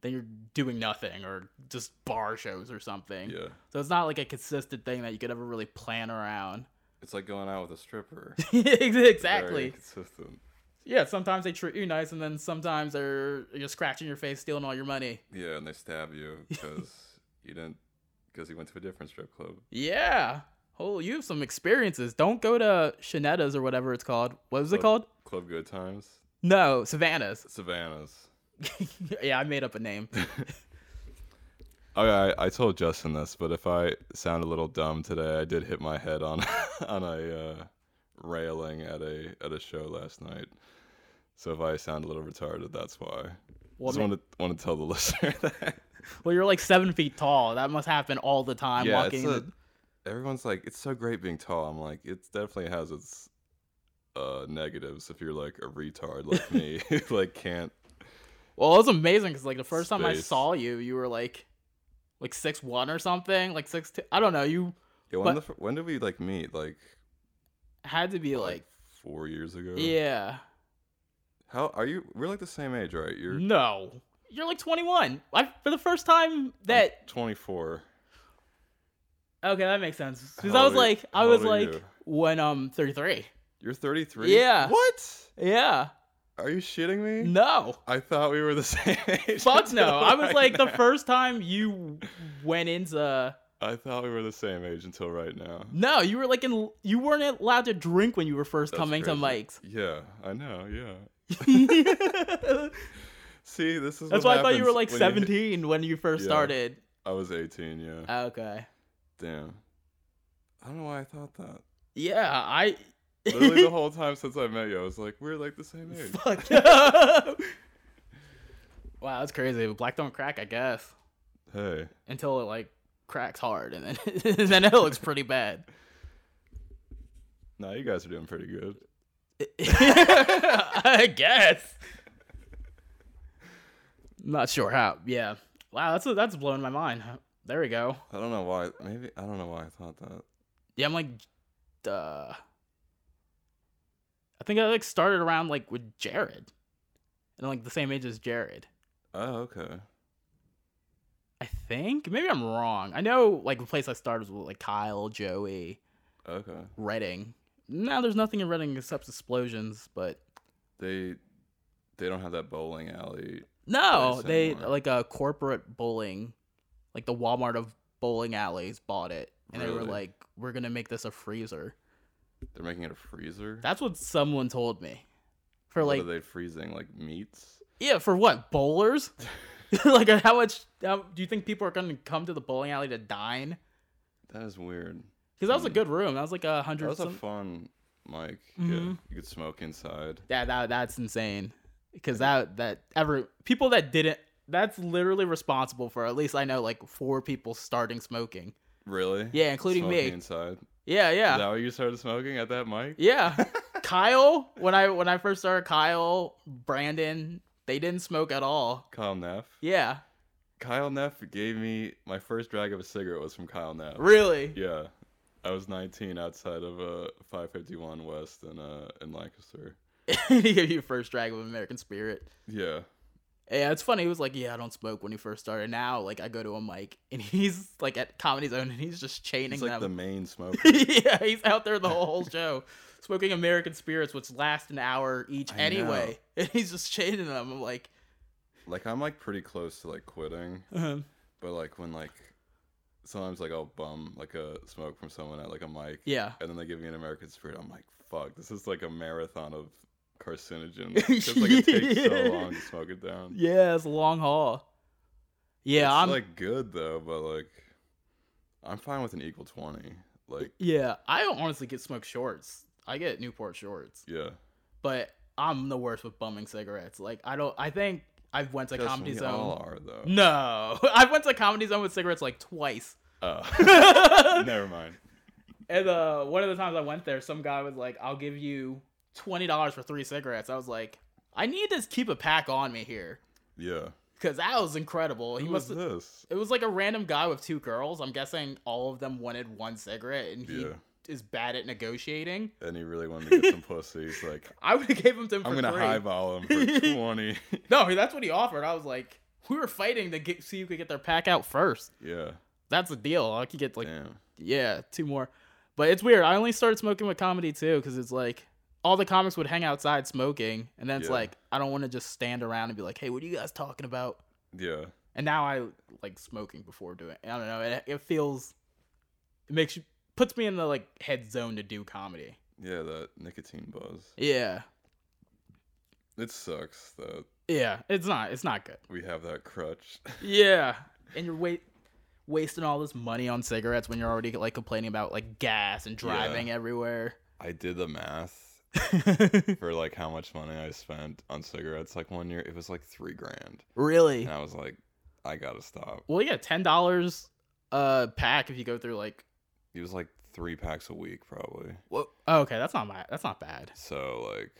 Speaker 2: then you're doing nothing or just bar shows or something.
Speaker 1: Yeah,
Speaker 2: So it's not like a consistent thing that you could ever really plan around.
Speaker 1: it's like going out with a stripper. Very
Speaker 2: exactly.
Speaker 1: consistent.
Speaker 2: Yeah, sometimes they treat you nice and then sometimes they're just scratching your face, stealing all your money.
Speaker 1: Yeah, and they stab you because you didn't because you went to a different strip club.
Speaker 2: Yeah. Oh, you have some experiences. Don't go to Shanetta's or whatever it's called. What was it
Speaker 1: Club-
Speaker 2: called?
Speaker 1: Club Good Times,
Speaker 2: No, Savannah's.
Speaker 1: Savannah's.
Speaker 2: yeah, I made up a name.
Speaker 1: Okay, Oh, I, I told Justin this, but if I sound a little dumb today, I did hit my head on on a uh, railing at a at a show last night. So if I sound a little retarded, that's why.
Speaker 2: Well,
Speaker 1: Just
Speaker 2: ma-
Speaker 1: want to want to tell the listener that.
Speaker 2: well, you're like seven feet tall. That must happen all the time.
Speaker 1: yeah,
Speaker 2: walking.
Speaker 1: it's
Speaker 2: in
Speaker 1: a,
Speaker 2: the-
Speaker 1: everyone's like, it's so great being tall. I'm like, it definitely has its uh, negatives. If you're like a retard like me, who like can't.
Speaker 2: well, it was amazing because like the first time I
Speaker 1: Space.
Speaker 2: saw you, you were like, like six one or something, like six two. I don't know. You
Speaker 1: Yeah, when,
Speaker 2: But-
Speaker 1: the fir- when did we like meet? Like
Speaker 2: had to be like,
Speaker 1: four years ago.
Speaker 2: yeah,
Speaker 1: How are you? We're like the same age, right? You're
Speaker 2: no, you're like twenty one. I for the first time that
Speaker 1: 24.
Speaker 2: okay, that makes sense because
Speaker 1: How
Speaker 2: I was
Speaker 1: old are you-
Speaker 2: like, I
Speaker 1: how
Speaker 2: was
Speaker 1: old are
Speaker 2: like
Speaker 1: you?
Speaker 2: when um thirty three.
Speaker 1: You're 33?
Speaker 2: Yeah.
Speaker 1: What?
Speaker 2: Yeah,
Speaker 1: Are you shitting me?
Speaker 2: no.
Speaker 1: I thought we were the same age.
Speaker 2: Fuck no!
Speaker 1: until
Speaker 2: I was
Speaker 1: right
Speaker 2: like the
Speaker 1: now.
Speaker 2: first time you went into
Speaker 1: I thought we were the same age until right now.
Speaker 2: No, you were like in. You weren't allowed to drink when you were first
Speaker 1: That's
Speaker 2: coming to
Speaker 1: crazy.
Speaker 2: Mike's.
Speaker 1: Yeah, I know. Yeah.
Speaker 2: That's
Speaker 1: See, this is.
Speaker 2: why
Speaker 1: what
Speaker 2: I thought you were
Speaker 1: happens
Speaker 2: like
Speaker 1: when
Speaker 2: 17 when you first
Speaker 1: Yeah.
Speaker 2: started.
Speaker 1: I was 18. Yeah.
Speaker 2: Okay.
Speaker 1: Damn. I don't know why I thought that.
Speaker 2: Yeah, I.
Speaker 1: Literally the whole time since I met you, I was like, we're like the same age.
Speaker 2: Fuck. wow, that's crazy. But black don't crack, I guess,
Speaker 1: Hey,
Speaker 2: until it like cracks hard, and then and then it looks pretty bad.
Speaker 1: now you guys are doing pretty good.
Speaker 2: I guess. Not sure how. Yeah. Wow, that's that's blowing my mind. There we go.
Speaker 1: I don't know why. Maybe I don't know why I thought that.
Speaker 2: Yeah, I'm like, duh. I think I like started around like with Jared, and I'm like the same age as Jared.
Speaker 1: Oh, okay.
Speaker 2: I think maybe I'm wrong. I know like the place I started was with like Kyle, Joey,
Speaker 1: Okay.
Speaker 2: Redding. Now there's nothing in Redding except explosions, but
Speaker 1: They they don't have that bowling alley.
Speaker 2: no,
Speaker 1: Place
Speaker 2: they
Speaker 1: anymore.
Speaker 2: like a corporate bowling, like the Walmart of bowling alleys bought it, and they were
Speaker 1: Really?
Speaker 2: like, we're gonna make this a freezer.
Speaker 1: They're making it a freezer.
Speaker 2: That's what someone told me. For
Speaker 1: what
Speaker 2: like
Speaker 1: are they freezing? Like meats?
Speaker 2: Yeah, for what? Bowlers? like, how much how, do you think people are going to come to the bowling alley to dine?
Speaker 1: That is weird.
Speaker 2: Because that was a
Speaker 1: Mm.
Speaker 2: good room. That was like a
Speaker 1: That
Speaker 2: hundred.
Speaker 1: was a
Speaker 2: Some...
Speaker 1: fun mic. Yeah.
Speaker 2: Mhm.
Speaker 1: You could smoke inside.
Speaker 2: yeah, that that's insane. Because that that ever people that didn't that's literally responsible for at least I know like four people starting smoking.
Speaker 1: Really?
Speaker 2: Yeah, including
Speaker 1: smoking
Speaker 2: me.
Speaker 1: inside.
Speaker 2: Yeah, yeah,
Speaker 1: Is that where you started smoking at that mic?
Speaker 2: yeah. Kyle, when I when I first started, Kyle, Brandon, they didn't smoke at all.
Speaker 1: Kyle Neff.
Speaker 2: Yeah,
Speaker 1: Kyle Neff gave me my first drag of a cigarette was from Kyle Neff.
Speaker 2: really.
Speaker 1: Yeah. I was 19 outside of uh 551 West in uh in Lancaster.
Speaker 2: he gave you first drag of American Spirit.
Speaker 1: Yeah.
Speaker 2: Yeah, it's funny. He was like, "Yeah, I don't smoke." When he first started, now like I go to a mic and he's like at Comedy Zone and he's just chaining
Speaker 1: He's like the
Speaker 2: them.
Speaker 1: main smoker.
Speaker 2: yeah, he's out there the whole show smoking American spirits, which last an hour each
Speaker 1: I know.
Speaker 2: anyway, and he's just chaining them. I'm like,
Speaker 1: like I'm like pretty close to like quitting,
Speaker 2: uh
Speaker 1: but like when like sometimes like I'll bum like a smoke from someone at like a mic
Speaker 2: yeah,
Speaker 1: and then they give me an American Spirit. I'm like, fuck, this is like a marathon of carcinogens. Because like it takes so
Speaker 2: Yeah.
Speaker 1: long to smoke it down.
Speaker 2: yeah, it's a long haul. Yeah,
Speaker 1: Um, it's
Speaker 2: I'm.
Speaker 1: like good though, but like I'm fine with an equal twenty. Like
Speaker 2: yeah, I don't honestly get smoke shorts. I get Newport shorts,
Speaker 1: yeah,
Speaker 2: but I'm the worst with bumming cigarettes. Like I don't. I think I've went to
Speaker 1: Guess
Speaker 2: Comedy
Speaker 1: we
Speaker 2: Zone.
Speaker 1: all are though.
Speaker 2: No, I went to Comedy Zone with cigarettes like twice.
Speaker 1: Oh.
Speaker 2: yeah,
Speaker 1: Never mind.
Speaker 2: And uh, one of the times I went there, some guy was like, "I'll give you twenty dollars for three cigarettes." I was like, "I need to keep a pack on me here
Speaker 1: Yeah.
Speaker 2: because that was incredible."
Speaker 1: Who
Speaker 2: He
Speaker 1: was
Speaker 2: must.
Speaker 1: this?
Speaker 2: It was like a random guy with two girls. I'm guessing all of them wanted one cigarette, and he
Speaker 1: Yeah.
Speaker 2: is bad at negotiating.
Speaker 1: And he really wanted to get some pussy. He's like,
Speaker 2: I would have gave him to him for
Speaker 1: I'm gonna
Speaker 2: free.
Speaker 1: highball him for twenty.
Speaker 2: No, that's what he offered. I was like, we were fighting to get see who could get their pack out first.
Speaker 1: yeah.
Speaker 2: That's the deal. I could get like
Speaker 1: Damn.
Speaker 2: yeah, two more. But it's weird. I only started smoking with comedy too because it's like all the comics would hang outside smoking, and then it's
Speaker 1: Yeah.
Speaker 2: like I don't want to just stand around and be like, hey, what are you guys talking about?
Speaker 1: Yeah.
Speaker 2: And now I like smoking before doing. I don't know. It, it feels it makes you puts me in the like head zone to do comedy.
Speaker 1: Yeah. That nicotine buzz.
Speaker 2: Yeah,
Speaker 1: It sucks that
Speaker 2: yeah. It's not. It's not good.
Speaker 1: we have that crutch.
Speaker 2: Yeah, and you're wait wasting all this money on cigarettes when you're already like complaining about like gas and driving everywhere.
Speaker 1: I did the math for like how much money I spent on cigarettes. Like one year, it was like three grand,
Speaker 2: really?
Speaker 1: and I was like, I gotta stop.
Speaker 2: Well, yeah, ten dollars a pack if you go through like.
Speaker 1: It was like three packs a week, probably.
Speaker 2: Well, oh, okay, that's not my. That's not bad.
Speaker 1: So like,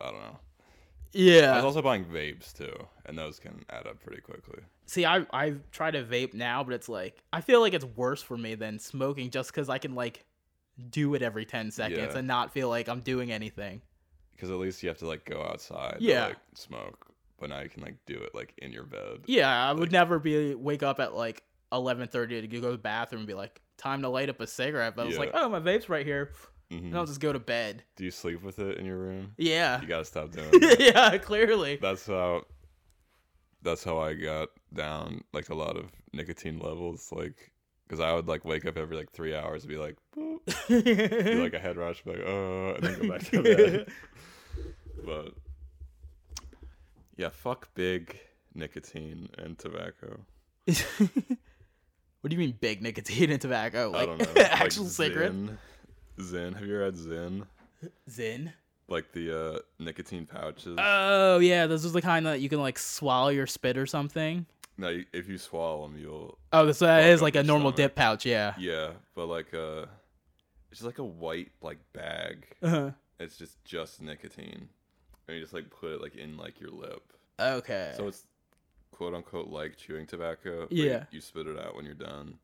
Speaker 1: I don't know. I was
Speaker 2: Yeah.
Speaker 1: also buying vapes too, and those can add up pretty quickly.
Speaker 2: See, I I try to vape now, but it's like I feel like it's worse for me than smoking just because I can like do it every ten seconds
Speaker 1: Yeah.
Speaker 2: and not feel like I'm doing anything.
Speaker 1: Because at least you have to like go outside,
Speaker 2: Yeah.
Speaker 1: to, like, smoke. But now you can like do it like in your bed.
Speaker 2: Yeah, I would never be wake up at like eleven thirty to go to the bathroom and be like, time to light up a cigarette. But I was
Speaker 1: Yeah.
Speaker 2: like, oh, my vape's right here,
Speaker 1: Mhm.
Speaker 2: and I'll just go to bed.
Speaker 1: Do you sleep with it in your room?
Speaker 2: Yeah,
Speaker 1: You gotta stop doing. that.
Speaker 2: yeah, clearly.
Speaker 1: that's how that's how I got down like a lot of nicotine levels like because I would like wake up every like three hours and be like "Boop," do, like a head rush like oh and then go back to bed but yeah fuck big nicotine and tobacco
Speaker 2: what do you mean big nicotine and tobacco? Like
Speaker 1: I don't know like,
Speaker 2: actual cigarette
Speaker 1: Zyn. Zyn have you ever had Zyn
Speaker 2: Zin.
Speaker 1: like the uh nicotine pouches
Speaker 2: Oh yeah, this is the kind that you can like swallow your spit or something.
Speaker 1: no you- if you swallow them you'll
Speaker 2: Oh, so that
Speaker 1: Fuck
Speaker 2: is
Speaker 1: up
Speaker 2: like a
Speaker 1: your
Speaker 2: normal
Speaker 1: stomach.
Speaker 2: dip pouch, yeah.
Speaker 1: yeah but like uh it's just like a white like bag
Speaker 2: Uh-huh.
Speaker 1: it's just just nicotine and you just like put it like in like your lip
Speaker 2: Okay.
Speaker 1: so it's quote unquote like chewing tobacco but
Speaker 2: Eh. Yeah.
Speaker 1: you, you spit it out when you're done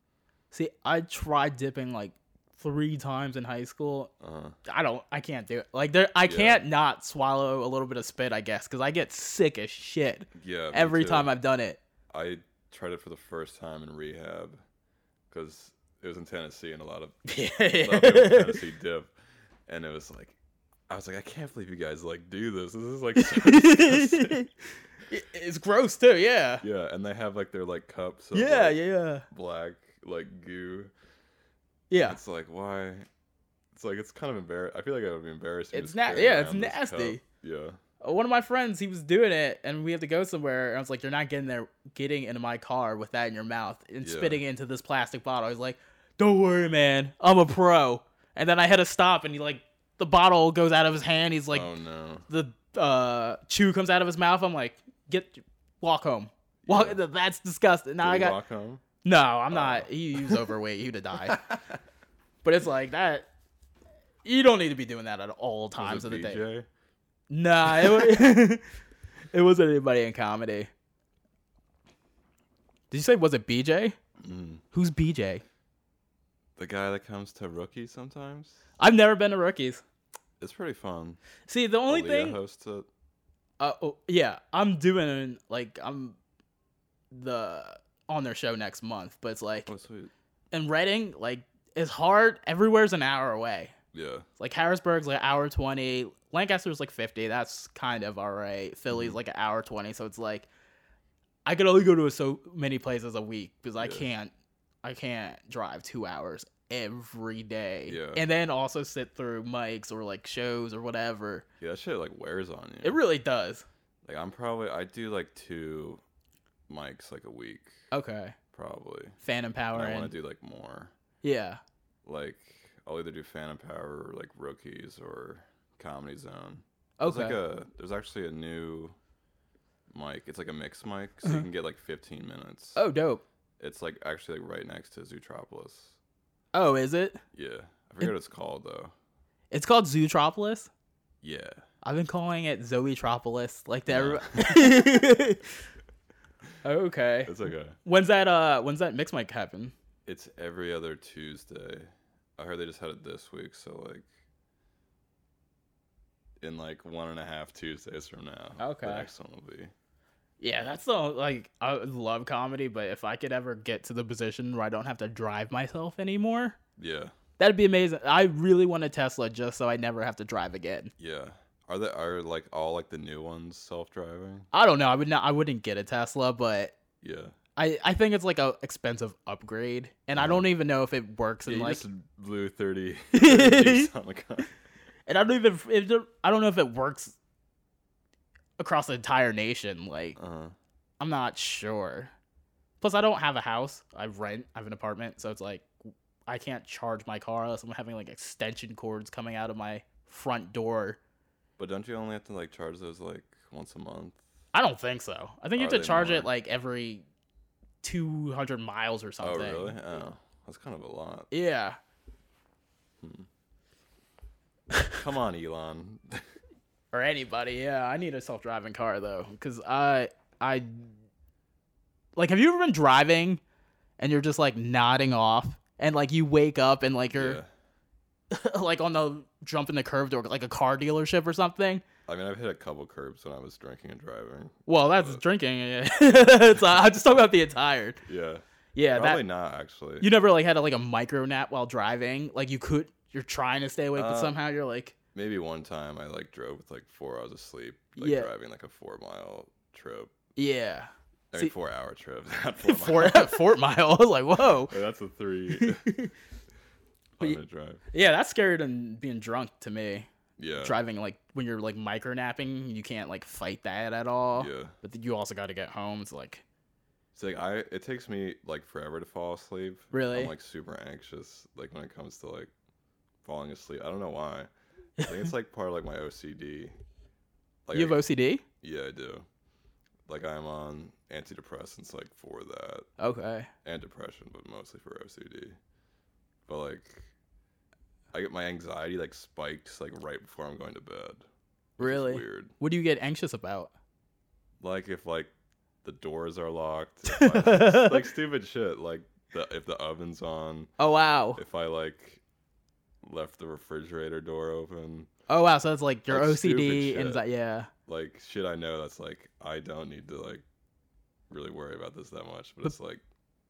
Speaker 2: See, I tried dipping like three times in high school.
Speaker 1: uh
Speaker 2: I don't, I can't do it. Like there, I
Speaker 1: Yeah.
Speaker 2: can't not swallow a little bit of spit, I guess, because I get sick as shit
Speaker 1: yeah me
Speaker 2: every
Speaker 1: too.
Speaker 2: time I've done it.
Speaker 1: i tried it for the first time in rehab because it was in tennessee and a lot of a lot of people in
Speaker 2: yeah,
Speaker 1: tennessee dip and it was like i was like i can't believe you guys like do this this is like so disgusting."
Speaker 2: it's gross too. Yeah.
Speaker 1: yeah and they have like their like cups of,
Speaker 2: Yeah,
Speaker 1: like,
Speaker 2: yeah,
Speaker 1: black like goo
Speaker 2: yeah.
Speaker 1: It's like why? It's like it's kind of embarrassing. I feel like I would be embarrassed.
Speaker 2: It's na- yeah, it's nasty.
Speaker 1: Yeah,
Speaker 2: Uh, One of my friends, he was doing it, and we had to go somewhere. And I was like, "You're not getting there, getting into my car with that in your mouth and
Speaker 1: Yeah.
Speaker 2: spitting into this plastic bottle." He's like, "Don't worry, man, I'm a pro." And then I hit a stop, and he like the bottle goes out of his hand. He's like,
Speaker 1: oh no,
Speaker 2: the uh chew comes out of his mouth. I'm like, get walk home. Walk.
Speaker 1: Yeah.
Speaker 2: That's disgusting. Now
Speaker 1: Did
Speaker 2: I
Speaker 1: he
Speaker 2: got
Speaker 1: walk Oh. home?
Speaker 2: no. I'm not. He, he was overweight. He'd have died. but it's like that. You don't need to be doing that at all
Speaker 1: Was
Speaker 2: times of
Speaker 1: it
Speaker 2: the day.
Speaker 1: BJ?
Speaker 2: Nah, it, wa- it wasn't anybody in comedy. Did you say was it BJ?
Speaker 1: Mm.
Speaker 2: Who's BJ?
Speaker 1: The guy that comes to rookie sometimes.
Speaker 2: I've never been to rookies.
Speaker 1: It's pretty fun.
Speaker 2: See, the only
Speaker 1: Aaliyah
Speaker 2: thing
Speaker 1: hosts it.
Speaker 2: Uh, oh, yeah, I'm doing like I'm the on their show next month, but it's like
Speaker 1: Oh sweet.
Speaker 2: in Reading, like it's hard. Everywhere's an hour away.
Speaker 1: Yeah,
Speaker 2: It's like Harrisburg's like hour twenty, Lancaster's like fifty. That's kind of all right. Philly's
Speaker 1: Mm-hmm.
Speaker 2: like an hour twenty, so it's like I could only go to so many places a week because I
Speaker 1: Yeah.
Speaker 2: can't I can't drive two hours every day,
Speaker 1: Yeah.
Speaker 2: and then also sit through mics or like shows or whatever.
Speaker 1: yeah. That shit like wears on you.
Speaker 2: It really does.
Speaker 1: like I'm probably I do like two mics like a week
Speaker 2: Okay,
Speaker 1: probably.
Speaker 2: Phantom
Speaker 1: And
Speaker 2: Power
Speaker 1: I
Speaker 2: and
Speaker 1: want to do like more.
Speaker 2: yeah.
Speaker 1: Like I'll either do Phantom Power or like rookies or Comedy Zone.
Speaker 2: Okay.
Speaker 1: There's like a there's actually a new mic. It's like a mix mic, so you
Speaker 2: Uh-huh.
Speaker 1: can get like 15 minutes.
Speaker 2: oh, dope.
Speaker 1: It's like actually like right next to Zootropolis.
Speaker 2: Oh, is it?
Speaker 1: Yeah, I forget what it's called though.
Speaker 2: It's called Zootropolis.
Speaker 1: Yeah,
Speaker 2: I've been calling it Zoetropolis. Like that.
Speaker 1: No.
Speaker 2: every- okay.
Speaker 1: it's okay.
Speaker 2: When's that? Uh, when's that mix mic happen?
Speaker 1: It's every other Tuesday. I heard they just had it this week, so like in like one and a half Tuesdays from now.
Speaker 2: Okay.
Speaker 1: The next one will be.
Speaker 2: Yeah, that's the like I love comedy, but if I could ever get to the position where I don't have to drive myself anymore,
Speaker 1: Yeah.
Speaker 2: that'd be amazing. I really want a Tesla just so I never have to drive again.
Speaker 1: Yeah. Are they are like all like the new ones self driving?
Speaker 2: I don't know. I would not. I wouldn't get a Tesla, but
Speaker 1: Yeah.
Speaker 2: I I think it's like a expensive upgrade, and I
Speaker 1: Uh-huh.
Speaker 2: don't even know if it works.
Speaker 1: yeah
Speaker 2: in
Speaker 1: you
Speaker 2: like,
Speaker 1: just blew 30, 30 gigs on the car.
Speaker 2: and I don't even. If there- I don't know if it works across the entire nation. Like,
Speaker 1: Uh-huh.
Speaker 2: I'm not sure. Plus, I don't have a house. I rent. I have an apartment, so it's like I can't charge my car unless I'm having like extension cords coming out of my front door.
Speaker 1: But don't you only have to like charge those like once a month?
Speaker 2: I don't think so. I think you
Speaker 1: Are
Speaker 2: have to
Speaker 1: Oh, they
Speaker 2: charge
Speaker 1: more?
Speaker 2: it like every 200 miles or something.
Speaker 1: Oh really? Oh. That's kind of a lot.
Speaker 2: Yeah.
Speaker 1: Come on, Elon.
Speaker 2: Or anybody. Yeah, I need a self-driving car though cuz I I like have you ever been driving and you're just like nodding off and like you wake up and like you're
Speaker 1: yeah.
Speaker 2: like on the jump in the curve door, like a car dealership or something.
Speaker 1: I mean, I've hit a couple curbs when I was drinking and driving.
Speaker 2: Well, that's
Speaker 1: Uh.
Speaker 2: drinking. yeah. it's, uh, I'm just talking about being tired.
Speaker 1: Yeah.
Speaker 2: Yeah,
Speaker 1: Probably
Speaker 2: that
Speaker 1: not actually.
Speaker 2: you never like had a, like a micro nap while driving. Like you could, you're trying to stay awake, but
Speaker 1: Uh,
Speaker 2: somehow you're like,
Speaker 1: Maybe one time I like drove with like four hours of sleep, like
Speaker 2: Yeah.
Speaker 1: driving like a four mile trip.
Speaker 2: yeah,
Speaker 1: I
Speaker 2: See-
Speaker 1: mean, four hour trip. Not four,
Speaker 2: Fort
Speaker 1: miles.
Speaker 2: Fort Mile. I was like, whoa.
Speaker 1: Yeah, That's a three.
Speaker 2: But you-
Speaker 1: minute drive.
Speaker 2: Yeah, that's scarier than being drunk to me.
Speaker 1: Yeah.
Speaker 2: Driving like when you're like micro napping, you can't like fight that at all.
Speaker 1: Yeah.
Speaker 2: But then you also got to get home. It's like,
Speaker 1: It's like I. It takes me like forever to fall asleep.
Speaker 2: Really?
Speaker 1: I'm like super anxious. Like when it comes to like falling asleep. I don't know why. I think it's like part of like my OCD. Like
Speaker 2: you
Speaker 1: I-
Speaker 2: have OCD.
Speaker 1: yeah, I do. Like I'm on antidepressants like for that.
Speaker 2: Okay.
Speaker 1: and depression, but mostly for OCD. But like, I get my anxiety like spikes like right before I'm going to bed. which is
Speaker 2: Really?
Speaker 1: weird.
Speaker 2: What do you get anxious about?
Speaker 1: Like if like the doors are locked, if I- like stupid shit. Like the, if the oven's on,
Speaker 2: Oh wow.
Speaker 1: if I like left the refrigerator door open,
Speaker 2: Oh wow, so it's like your
Speaker 1: Like, stupid
Speaker 2: OCD
Speaker 1: shit.
Speaker 2: and that- yeah.
Speaker 1: like shit. I know that's like I don't need to like really worry about this that much, but
Speaker 2: But-
Speaker 1: it's like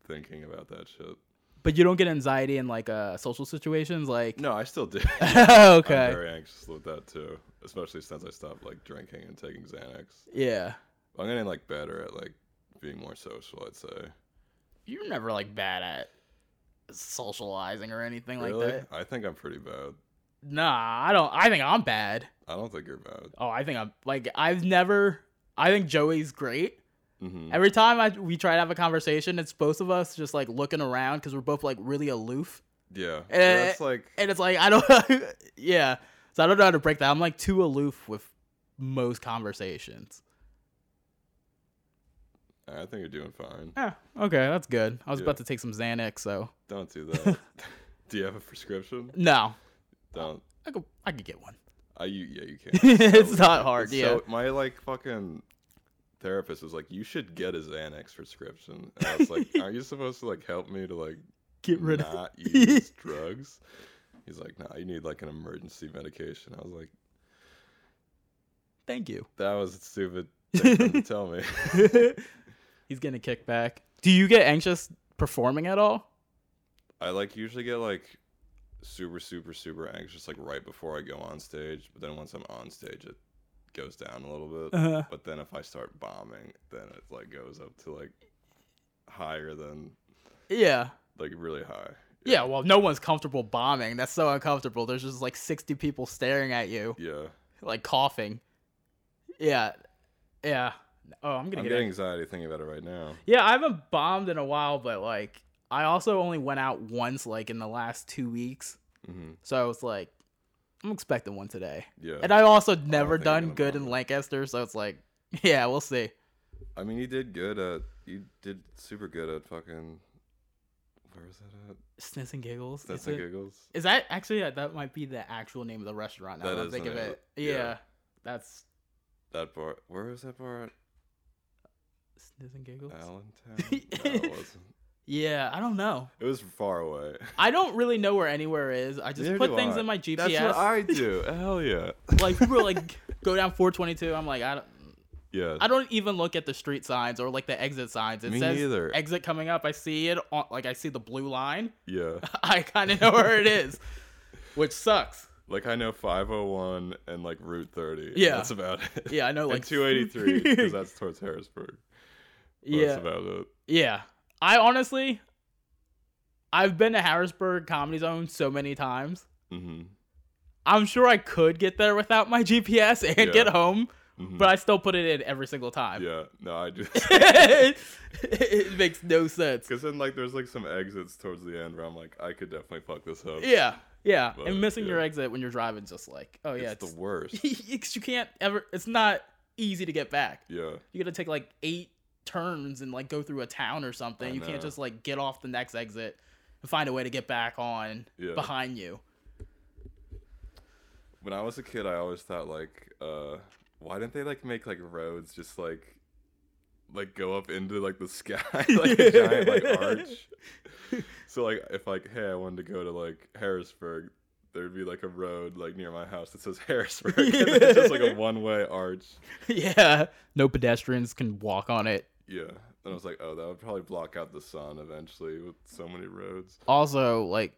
Speaker 1: thinking about that shit.
Speaker 2: But you don't get anxiety in like uh social situations like
Speaker 1: No, I still do. I'm
Speaker 2: Okay.
Speaker 1: very anxious with that too, especially since I stopped like drinking and taking Xanax.
Speaker 2: Yeah.
Speaker 1: I'm getting like better at like being more social. I'd say.
Speaker 2: You're never like bad at socializing or anything
Speaker 1: really?
Speaker 2: like that.
Speaker 1: I think I'm pretty bad.
Speaker 2: Nah, I don't I think I'm bad.
Speaker 1: I don't think you're bad.
Speaker 2: Oh, I think I'm like I've never I think Joey's great.
Speaker 1: hmm
Speaker 2: Every time I we try to have a conversation, it's both of us just like looking around cuz we're both like really aloof.
Speaker 1: yeah.
Speaker 2: Eh,
Speaker 1: That's like
Speaker 2: And it's like I don't yeah. So I don't know how to break that. I'm like too aloof with most conversations.
Speaker 1: I think you're doing fine.
Speaker 2: Yeah. Okay, that's good. I was
Speaker 1: Yeah.
Speaker 2: about to take some Xanax, so
Speaker 1: Don't do that. do you have a prescription?
Speaker 2: no,
Speaker 1: Don't.
Speaker 2: I could I could get one.
Speaker 1: I you yeah you can. So-
Speaker 2: it's not hard.
Speaker 1: it's
Speaker 2: yeah.
Speaker 1: So my like fucking therapist was like, you should get a Xanax prescription. And I was like, aren't you supposed to like help me to like
Speaker 2: get rid of.
Speaker 1: not use drugs. He's like, nah, you need like an emergency medication. I was like,
Speaker 2: Thank you.
Speaker 1: that was a stupid thing for him to tell me.
Speaker 2: He's getting a kickback. Do you get anxious performing at all?
Speaker 1: I like usually get like super, super, super anxious like right before I go on stage, but then once I'm on stage, it goes down a little bit.
Speaker 2: Uh,
Speaker 1: But then if I start bombing, then it like goes up to like higher than
Speaker 2: yeah.
Speaker 1: like really high.
Speaker 2: Yeah. Well, no one's comfortable bombing. That's so uncomfortable. There's just like 60 people staring at you,
Speaker 1: Yeah.
Speaker 2: like coughing. Yeah. Yeah. Oh, I'm gonna
Speaker 1: I'm
Speaker 2: get
Speaker 1: getting anxiety thinking about it right now.
Speaker 2: Yeah, I haven't bombed in a while, but like I also only went out once like in the last two weeks.
Speaker 1: hmm
Speaker 2: So I was like, I'm expecting one today.
Speaker 1: Yeah. Oh,
Speaker 2: And I also never
Speaker 1: think you're
Speaker 2: done
Speaker 1: gonna
Speaker 2: good
Speaker 1: bomb
Speaker 2: in
Speaker 1: it.
Speaker 2: Lancaster, so it's like, yeah, we'll see.
Speaker 1: I mean, you did good at you did super good at fucking Where is that at?
Speaker 2: Snits and giggles.
Speaker 1: That's
Speaker 2: Is,
Speaker 1: the
Speaker 2: it-
Speaker 1: giggles.
Speaker 2: is that actually yeah, that might be the actual name of the restaurant? Now
Speaker 1: That
Speaker 2: that, I
Speaker 1: is
Speaker 2: think
Speaker 1: the
Speaker 2: of
Speaker 1: name of
Speaker 2: it.
Speaker 1: it,
Speaker 2: Yeah.
Speaker 1: yeah.
Speaker 2: that's
Speaker 1: That bar. Where was that bar at?
Speaker 2: snits and giggles.
Speaker 1: Allentown. no, it wasn't.
Speaker 2: Yeah, I don't know.
Speaker 1: It was far away.
Speaker 2: I don't really know where anywhere is. I just
Speaker 1: Neither
Speaker 2: put
Speaker 1: do
Speaker 2: things
Speaker 1: I.
Speaker 2: in my GPS.
Speaker 1: That's what I do. Hell yeah.
Speaker 2: like people are like go down 422. I'm like I don't.
Speaker 1: Yeah.
Speaker 2: I don't even look at the street signs or like the exit signs. It
Speaker 1: Me
Speaker 2: says
Speaker 1: neither.
Speaker 2: exit coming up. I see it on like I see the blue line.
Speaker 1: yeah.
Speaker 2: I kind of know where it is, which sucks.
Speaker 1: Like I know 501 and like Route 30.
Speaker 2: Yeah.
Speaker 1: That's about it.
Speaker 2: Yeah, I know
Speaker 1: And
Speaker 2: like
Speaker 1: 283 because that's towards Harrisburg. But That's
Speaker 2: yeah,
Speaker 1: about it.
Speaker 2: yeah. I honestly, I've been to Harrisburg Comedy Zone so many times.
Speaker 1: hmm
Speaker 2: I'm sure I could get there without my GPS and
Speaker 1: Yeah.
Speaker 2: get home, but I still put it in every single time.
Speaker 1: Mm-hmm. yeah. No, I do.
Speaker 2: it, makes no sense.
Speaker 1: Because then like there's like some exits towards the end where I'm like I could definitely fuck this up.
Speaker 2: Yeah, yeah.
Speaker 1: But,
Speaker 2: and missing
Speaker 1: yeah.
Speaker 2: your exit when you're driving, is just like oh yeah,
Speaker 1: it's, the worst.
Speaker 2: it's- you can't ever. It's not easy to get back.
Speaker 1: yeah.
Speaker 2: you gotta take like eight turns and like go through a town or something.
Speaker 1: I
Speaker 2: you can't
Speaker 1: know.
Speaker 2: just like get off the next exit and find a way to get back on
Speaker 1: Yeah.
Speaker 2: behind you.
Speaker 1: when I was a kid, I always thought like, uh, why didn't they like make like roads just like, like go up into like the sky like a giant like arch? So like if like hey, I wanted to go to like Harrisburg, there'd be like a road like near my house that says Harrisburg, and it's just like a one way arch.
Speaker 2: yeah, no pedestrians can walk on it.
Speaker 1: Yeah, and I was like, oh, that would probably block out the sun eventually with so many roads.
Speaker 2: Also, like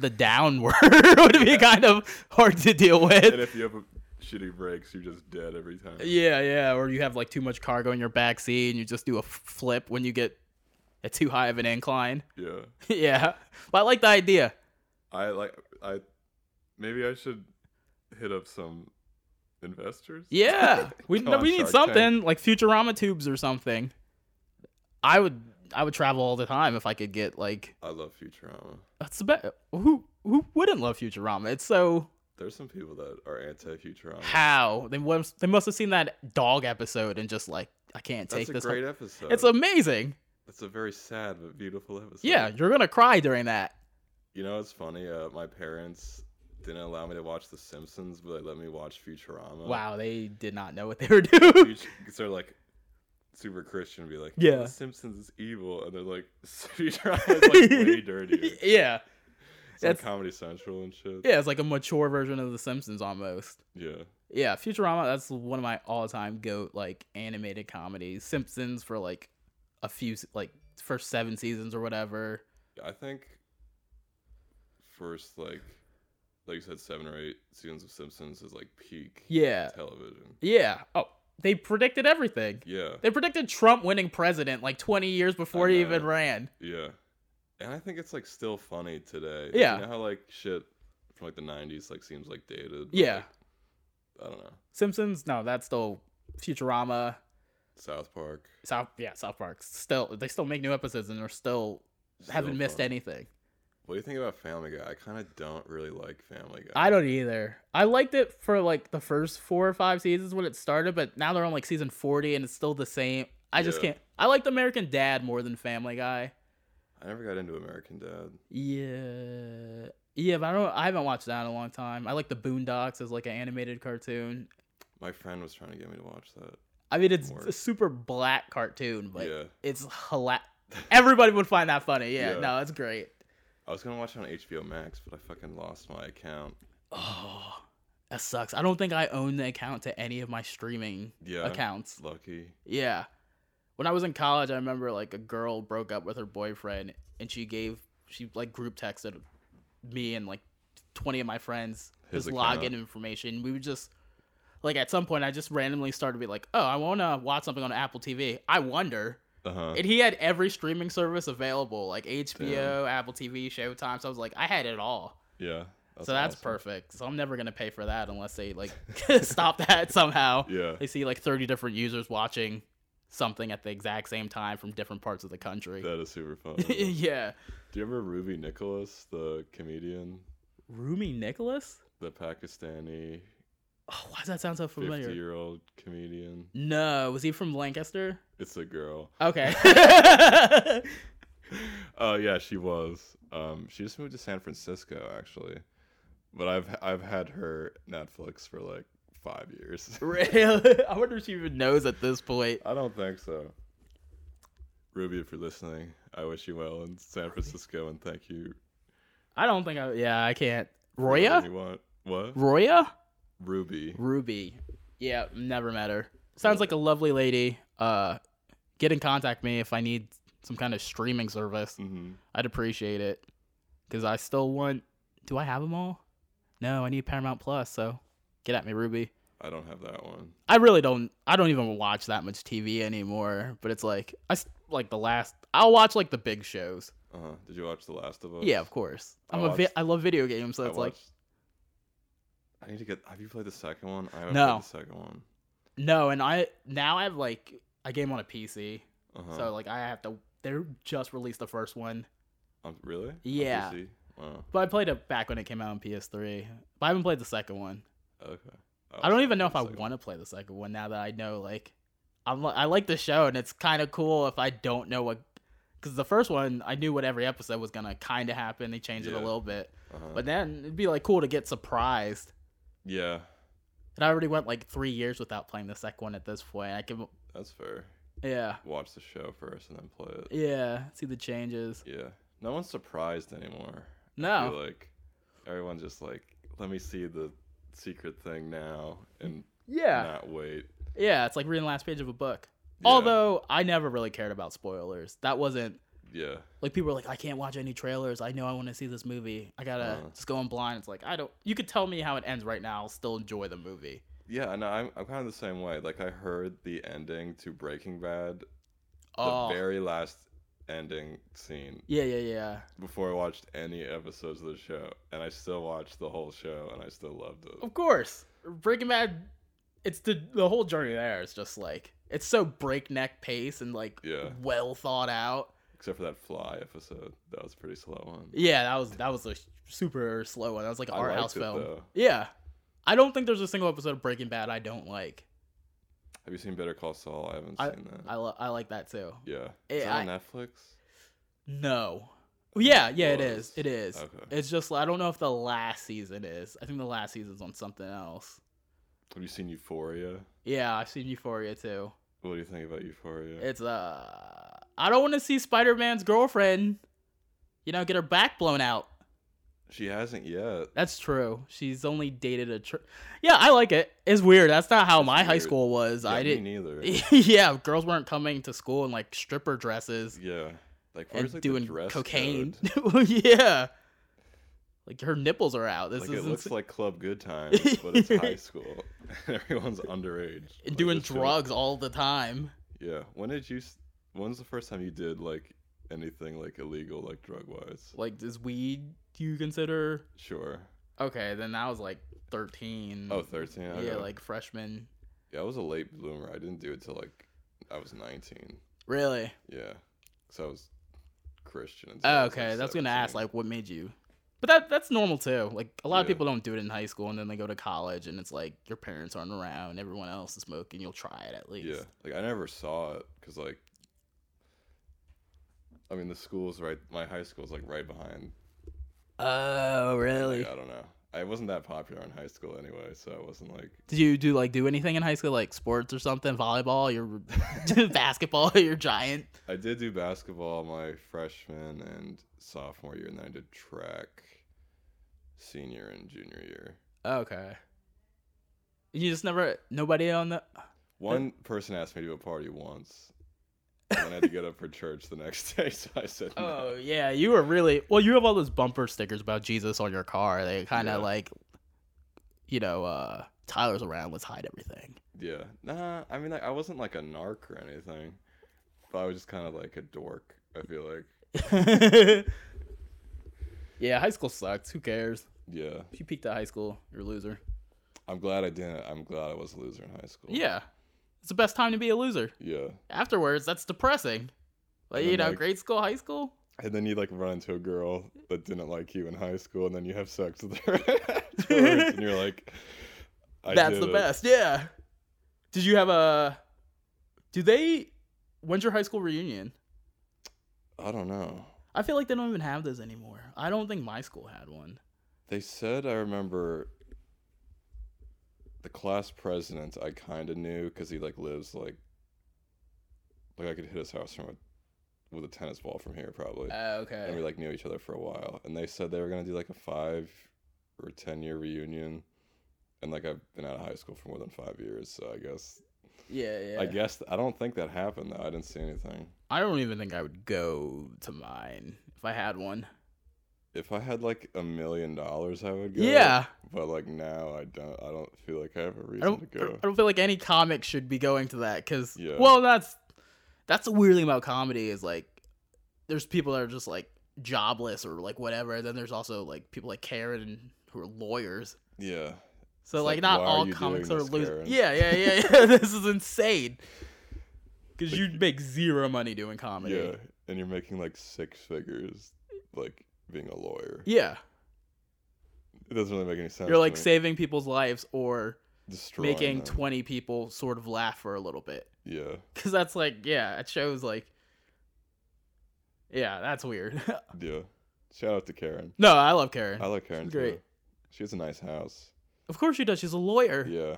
Speaker 2: the downward would be kind of hard to deal
Speaker 1: And
Speaker 2: with.
Speaker 1: if you have a shitty brakes, you're just dead every time.
Speaker 2: Yeah, yeah, or you have like too much cargo in your backseat and you just do a f- flip when you get at too high of an incline.
Speaker 1: Yeah.
Speaker 2: yeah, but I like the idea.
Speaker 1: I like I maybe I should hit up some investors.
Speaker 2: Yeah, we
Speaker 1: Go on
Speaker 2: we need
Speaker 1: Shark
Speaker 2: something
Speaker 1: Tank.
Speaker 2: like Futurama tubes or something. I would I would travel all the time if I could get like
Speaker 1: I love Futurama.
Speaker 2: that's the best. Who who wouldn't love Futurama? It's so
Speaker 1: There's some people that are anti-Futurama.
Speaker 2: how they must they must have seen that dog episode and just like I can't
Speaker 1: That's
Speaker 2: take
Speaker 1: a
Speaker 2: this.
Speaker 1: great
Speaker 2: whole-
Speaker 1: episode.
Speaker 2: it's amazing.
Speaker 1: It's a very sad but beautiful episode.
Speaker 2: Yeah, you're gonna cry during that.
Speaker 1: You know it's funny. Uh, my parents didn't allow me to watch The Simpsons, but they let me watch Futurama.
Speaker 2: Wow, they did not know what they were doing.
Speaker 1: Fut- They're like super Christian, and be like,
Speaker 2: Yeah.
Speaker 1: The Simpsons is evil," and they're like, "Futurama is like way dirtier." It's
Speaker 2: yeah,
Speaker 1: like
Speaker 2: That's-
Speaker 1: Comedy Central and shit.
Speaker 2: yeah, it's like a mature version of The Simpsons almost.
Speaker 1: yeah.
Speaker 2: Yeah, Futurama. That's one of my all-time goat like animated comedies. Simpsons for like a few s- like first seven seasons or whatever.
Speaker 1: I think first like like you said seven or eight seasons of Simpsons is like peak
Speaker 2: Yeah,
Speaker 1: television.
Speaker 2: yeah. Oh, they predicted everything.
Speaker 1: Yeah,
Speaker 2: They predicted Trump winning president like 20 years before
Speaker 1: I
Speaker 2: he
Speaker 1: know.
Speaker 2: even ran.
Speaker 1: yeah. And I think it's like still funny today. Like,
Speaker 2: Yeah.
Speaker 1: You know how like shit from like the nineties like seems like dated. but,
Speaker 2: Yeah.
Speaker 1: like, I don't know.
Speaker 2: Simpsons. No, that's still Futurama.
Speaker 1: South Park.
Speaker 2: South. Yeah, South Park. Still, they still make new episodes and they're still, haven't
Speaker 1: still
Speaker 2: missed
Speaker 1: fun.
Speaker 2: anything.
Speaker 1: What do you think about Family Guy? I kinda don't really like Family Guy.
Speaker 2: I don't either. I liked it for like the first four or five seasons when it started, but now they're on like season forty and it's still the same. I just
Speaker 1: Yeah.
Speaker 2: can't. I liked American Dad more than Family Guy. e-
Speaker 1: I never got into American Dad.
Speaker 2: Yeah, yeah, but I don't. I haven't watched that in a long time. I like the Boondocks as like an animated cartoon.
Speaker 1: My friend was trying to get me to watch that.
Speaker 2: I mean, it's
Speaker 1: More.
Speaker 2: a super black cartoon, but
Speaker 1: yeah.
Speaker 2: it's hila- Everybody would find that funny. Yeah,
Speaker 1: Yeah.
Speaker 2: no, it's great.
Speaker 1: I was gonna watch it on HBO Max, but I fucking lost my account.
Speaker 2: Oh, that sucks. I don't think I own the account to any of my streaming
Speaker 1: Yeah.
Speaker 2: accounts.
Speaker 1: Lucky.
Speaker 2: Yeah. When I was in college, I remember like a girl broke up with her boyfriend and she gave she like group texted me and like 20 of my friends
Speaker 1: His
Speaker 2: his
Speaker 1: account.
Speaker 2: login information. We would just like at some point I just randomly started to be like, "Oh, I want to watch something on Apple TV. I wonder."
Speaker 1: Uh huh.
Speaker 2: And he had every streaming service available, like HBO,
Speaker 1: Damn.
Speaker 2: Apple TV, Showtime. So I was like, I had it all.
Speaker 1: Yeah.
Speaker 2: so that's
Speaker 1: awesome.
Speaker 2: perfect. So I'm never gonna pay for that unless they like stop that somehow
Speaker 1: Yeah.
Speaker 2: they see like 30 different users watching something at the exact same time from different parts of the country.
Speaker 1: That is super fun. Do
Speaker 2: yeah.
Speaker 1: you remember Ruby Nicholas, the comedian,
Speaker 2: Rumi Nicholas?
Speaker 1: the Pakistani
Speaker 2: Oh, why does that sound so familiar?
Speaker 1: 50-year-old comedian?
Speaker 2: No, was he from Lancaster?
Speaker 1: It's a girl.
Speaker 2: Okay.
Speaker 1: Oh yeah, she was. Um, she just moved to San Francisco actually, but I've I've had her Netflix for like five years.
Speaker 2: Really? I wonder if she even knows at this point.
Speaker 1: I don't think so. Ruby, if you're listening, I wish you well in San Francisco, and thank you.
Speaker 2: I don't think I. Yeah, I can't.
Speaker 1: for whatever
Speaker 2: Roya?
Speaker 1: You want what?
Speaker 2: Roya?
Speaker 1: Ruby.
Speaker 2: Ruby. Yeah, never met her. Sounds like a lovely lady. Uh, get in contact me if I need some kind of streaming service.
Speaker 1: hmm
Speaker 2: I'd appreciate it because I still want. Do I have them all? No, I need Paramount Plus. So get at me, Ruby.
Speaker 1: I don't have that one.
Speaker 2: I really don't. I don't even watch that much TV anymore. But it's like I s- like the last. I'll watch like the big shows.
Speaker 1: Uh huh. Did you watch The Last of Us?
Speaker 2: Yeah, of course.
Speaker 1: I
Speaker 2: I'm a vi-
Speaker 1: watched-
Speaker 2: I love video games, so
Speaker 1: I
Speaker 2: it's like
Speaker 1: watched- I need to get. Have you played the second one? I haven't
Speaker 2: No.
Speaker 1: played the second one.
Speaker 2: no. And I now I have like a game on a PC,
Speaker 1: Uh-huh.
Speaker 2: so like I have to. They just released the first one,
Speaker 1: Um, really? On
Speaker 2: Yeah.
Speaker 1: PC? Wow.
Speaker 2: but I played it back when it came out on PS3. But I haven't played the second one.
Speaker 1: Okay. Oh,
Speaker 2: I don't even know if I
Speaker 1: want.
Speaker 2: want to play the second one now that I know like I'm li- I like the show and it's kind of cool if I don't know what because the first one I knew what every episode was gonna kind of happen. They changed it
Speaker 1: Yeah.
Speaker 2: a little bit,
Speaker 1: Uh-huh.
Speaker 2: but then it'd be like cool to get surprised.
Speaker 1: yeah,
Speaker 2: And I already went like three years without playing the second one at this point. I can
Speaker 1: that's fair.
Speaker 2: yeah
Speaker 1: Watch the show first and then play it.
Speaker 2: yeah see the changes.
Speaker 1: Yeah. No one's surprised anymore. I
Speaker 2: No
Speaker 1: feel like everyone's just like, let me see the secret thing now and
Speaker 2: yeah
Speaker 1: not wait.
Speaker 2: yeah it's like reading the last page of a book.
Speaker 1: Yeah,
Speaker 2: Although I never really cared about spoilers. That wasn't
Speaker 1: Yeah.
Speaker 2: like people are like i can't watch any trailers i know i want to see this movie i gotta
Speaker 1: Uh-huh.
Speaker 2: just go in blind it's like i don't you could tell me how it ends right now i'll still enjoy the movie
Speaker 1: Yeah, and I'm I'm kind of the same way. Like I heard the ending to Breaking Bad,
Speaker 2: oh
Speaker 1: the very last ending scene
Speaker 2: yeah yeah yeah
Speaker 1: before I watched any episodes of the show, and I still watched the whole show and I still loved it.
Speaker 2: of course breaking bad it's the the whole journey there is just like it's so breakneck pace and like
Speaker 1: Yeah.
Speaker 2: well thought out
Speaker 1: Except for that fly episode, that was a pretty slow one.
Speaker 2: yeah that was that was a super slow one that was like an
Speaker 1: I
Speaker 2: art
Speaker 1: liked
Speaker 2: house
Speaker 1: it,
Speaker 2: film
Speaker 1: though.
Speaker 2: yeah i don't think there's a single episode of breaking bad i don't like
Speaker 1: Have you seen Better Call Saul? I haven't seen that.
Speaker 2: i, lo- I like that too
Speaker 1: yeah.
Speaker 2: Eh,
Speaker 1: Is that on
Speaker 2: I-
Speaker 1: Netflix?
Speaker 2: No. Yeah, yeah, it is.
Speaker 1: was.
Speaker 2: It is.
Speaker 1: Okay.
Speaker 2: It's just I don't know if the last season is. I think the last season's on something else.
Speaker 1: Have you seen Euphoria?
Speaker 2: Yeah, I've seen Euphoria too.
Speaker 1: What do you think about Euphoria?
Speaker 2: It's uh I don't want to see Spider-Man's girlfriend, you know, get her back blown out.
Speaker 1: she hasn't yet.
Speaker 2: That's true. She's only dated a tr- Yeah, I like it. It's weird. That's not how
Speaker 1: That's
Speaker 2: my high
Speaker 1: weird.
Speaker 2: school was.
Speaker 1: Yeah,
Speaker 2: I
Speaker 1: me
Speaker 2: didn't
Speaker 1: neither.
Speaker 2: Yeah, girls weren't coming to school in like stripper dresses
Speaker 1: yeah. Like where's
Speaker 2: and
Speaker 1: like the
Speaker 2: doing
Speaker 1: dress
Speaker 2: cocaine.
Speaker 1: code?
Speaker 2: yeah. Like her nipples are out. This
Speaker 1: like
Speaker 2: is
Speaker 1: it
Speaker 2: insane.
Speaker 1: looks like Club Good Times, but it's high school. Everyone's underage.
Speaker 2: and
Speaker 1: Like,
Speaker 2: doing
Speaker 1: this should've-
Speaker 2: drugs all the time.
Speaker 1: Yeah. When did you? s- When's the first time you did like anything like illegal, like drug wise?
Speaker 2: Like, is weed you consider?
Speaker 1: Sure.
Speaker 2: Okay, then I was like 13.
Speaker 1: Oh, 13. Okay.
Speaker 2: Mm. Yeah, like freshman.
Speaker 1: yeah. I was a late bloomer. I didn't do it till like I was 19.
Speaker 2: Really?
Speaker 1: Yeah. So I was Christian. until I
Speaker 2: Oh,
Speaker 1: was, like,
Speaker 2: okay, that's gonna ask
Speaker 1: 17.
Speaker 2: like what made you. But that that's normal too. Like a lot of
Speaker 1: Yeah.
Speaker 2: people don't do it in high school, and then they go to college, and it's like your parents aren't around, everyone else is smoking. You'll try it at least.
Speaker 1: Yeah. Like I never saw it because like. I mean, the school's right. My high school's like right behind.
Speaker 2: Oh, really?
Speaker 1: Like, I don't know. I wasn't that popular in high school anyway, so I wasn't like.
Speaker 2: Did you do like do anything in high school, like sports or something? Volleyball, your basketball, your giant.
Speaker 1: I did do basketball my freshman and sophomore year, and then I did track senior and junior year.
Speaker 2: Okay. You just never nobody on the
Speaker 1: One person asked me to a party once, and then I had to get up for church the next day, so I said no.
Speaker 2: Oh yeah, you were really well. You have all those bumper stickers about Jesus on your car. They kind
Speaker 1: Yeah.
Speaker 2: of like, you know, uh Tyler's around. Let's hide everything.
Speaker 1: Yeah. Nah, I mean, like, I wasn't like a narc or anything, but I was just kind of like a dork, I feel like.
Speaker 2: yeah, high school sucks. Who cares?
Speaker 1: Yeah.
Speaker 2: If you peaked at high school, you're a loser.
Speaker 1: I'm glad I didn't. I'm glad I was a loser in high school.
Speaker 2: Yeah, it's the best time to be a loser.
Speaker 1: Yeah.
Speaker 2: Afterwards, that's depressing. Like
Speaker 1: And
Speaker 2: you
Speaker 1: then,
Speaker 2: know,
Speaker 1: like-
Speaker 2: grade school, high school.
Speaker 1: And then you, like, run into a girl that didn't like you in high school, and then you have sex with her afterwards, and you're like, I
Speaker 2: That's
Speaker 1: did
Speaker 2: the
Speaker 1: it.
Speaker 2: best. Yeah. Did you have a? Do they? When's your high school reunion?
Speaker 1: I don't know.
Speaker 2: I feel like they don't even have those anymore. I don't think my school had one.
Speaker 1: They said I remember the class president I kind of knew because he like lives like like I could hit his house from a, with a tennis ball from here probably.
Speaker 2: Oh,
Speaker 1: and we
Speaker 2: okay.
Speaker 1: like knew each other for a while and they said they were going to do like a five or ten year reunion and like i've been out of high school for more than five years so i guess
Speaker 2: Yeah, yeah.
Speaker 1: i guess i don't think that happened though i didn't see anything
Speaker 2: I don't even think I would go to mine if I had one.
Speaker 1: if i had like a million dollars i would go
Speaker 2: Yeah.
Speaker 1: but like now i don't i don't feel like i have a reason
Speaker 2: I don't,
Speaker 1: to go
Speaker 2: I don't feel like any comic should be going to that because
Speaker 1: Yeah.
Speaker 2: well that's that's the weird thing about comedy is like there's people that are just like jobless or like whatever and then there's also like people like Karen who are lawyers
Speaker 1: yeah
Speaker 2: so
Speaker 1: It's
Speaker 2: like,
Speaker 1: like,
Speaker 2: not
Speaker 1: why are
Speaker 2: all
Speaker 1: you
Speaker 2: comics
Speaker 1: doing
Speaker 2: are
Speaker 1: this,
Speaker 2: losing
Speaker 1: Karen?
Speaker 2: yeah yeah yeah yeah this is insane because
Speaker 1: Like-
Speaker 2: you'd make zero money doing comedy
Speaker 1: yeah and you're making like six figures like being a lawyer
Speaker 2: Yeah.
Speaker 1: it doesn't really make any sense
Speaker 2: you're
Speaker 1: to
Speaker 2: like
Speaker 1: me.
Speaker 2: saving people's lives or
Speaker 1: Destroying
Speaker 2: making
Speaker 1: them.
Speaker 2: 20 people sort of laugh for a little bit
Speaker 1: yeah
Speaker 2: because that's like yeah it shows like yeah that's weird
Speaker 1: yeah shout out to karen
Speaker 2: no i love karen
Speaker 1: I like Karen.
Speaker 2: great.
Speaker 1: Too. She has a nice house.
Speaker 2: of course she does she's a lawyer
Speaker 1: Yeah.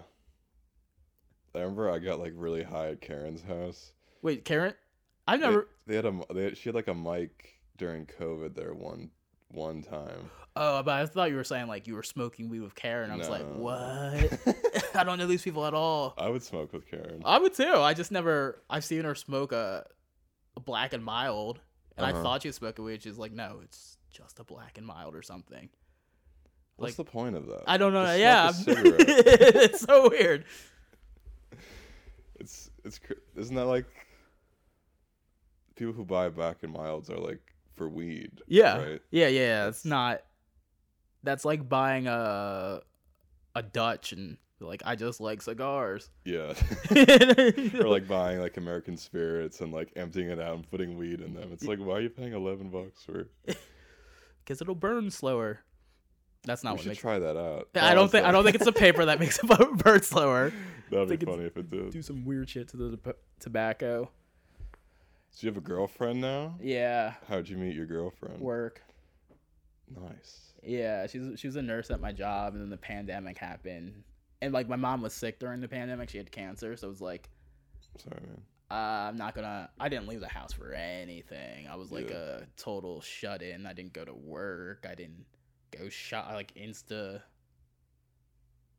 Speaker 1: I remember I got like really high at Karen's house.
Speaker 2: wait karen i've never
Speaker 1: They, they had a m- they had, she had like a mic during COVID there one one time.
Speaker 2: oh but i thought you were saying like you were smoking weed with karen i was like
Speaker 1: No.
Speaker 2: what i don't know these people at all
Speaker 1: I would smoke with Karen.
Speaker 2: i would too i just never i've seen her smoke a, a black and mild and i
Speaker 1: Uh-huh.
Speaker 2: thought she was smoking weed she's like no it's just a black and mild or something
Speaker 1: What's the point of that?
Speaker 2: i don't know
Speaker 1: Just
Speaker 2: yeah
Speaker 1: smoke a cigarette.
Speaker 2: it's so weird
Speaker 1: it's it's cr- isn't that like people who buy back and milds are like for weed.
Speaker 2: Yeah.
Speaker 1: Right.
Speaker 2: Yeah, yeah, yeah. It's not. That's like buying a a Dutch and like I just like cigars.
Speaker 1: Yeah. or
Speaker 2: yeah,
Speaker 1: like buying like American spirits and like emptying it out and putting weed in them. It's like why are you paying eleven bucks for?
Speaker 2: because it'll burn slower. That's not
Speaker 1: we
Speaker 2: what
Speaker 1: should
Speaker 2: makes.
Speaker 1: try that out.
Speaker 2: I don't think I don't
Speaker 1: honestly.
Speaker 2: think it's the paper that makes it burn slower.
Speaker 1: That'd
Speaker 2: think
Speaker 1: be
Speaker 2: it's-
Speaker 1: funny if it did.
Speaker 2: Do some weird shit to the to- tobacco.
Speaker 1: So you have a girlfriend now?
Speaker 2: Yeah,
Speaker 1: How'd you meet your girlfriend?
Speaker 2: work.
Speaker 1: Nice.
Speaker 2: Yeah, she's she was a nurse at my job, and then the pandemic happened, and like my mom was sick during the pandemic. She had cancer, so it was like
Speaker 1: Sorry, man.
Speaker 2: uh, I'm not gonna. I didn't leave the house for anything. I was like
Speaker 1: Yeah.
Speaker 2: a total shut in. I didn't go to work. I didn't go shop. I like Insta,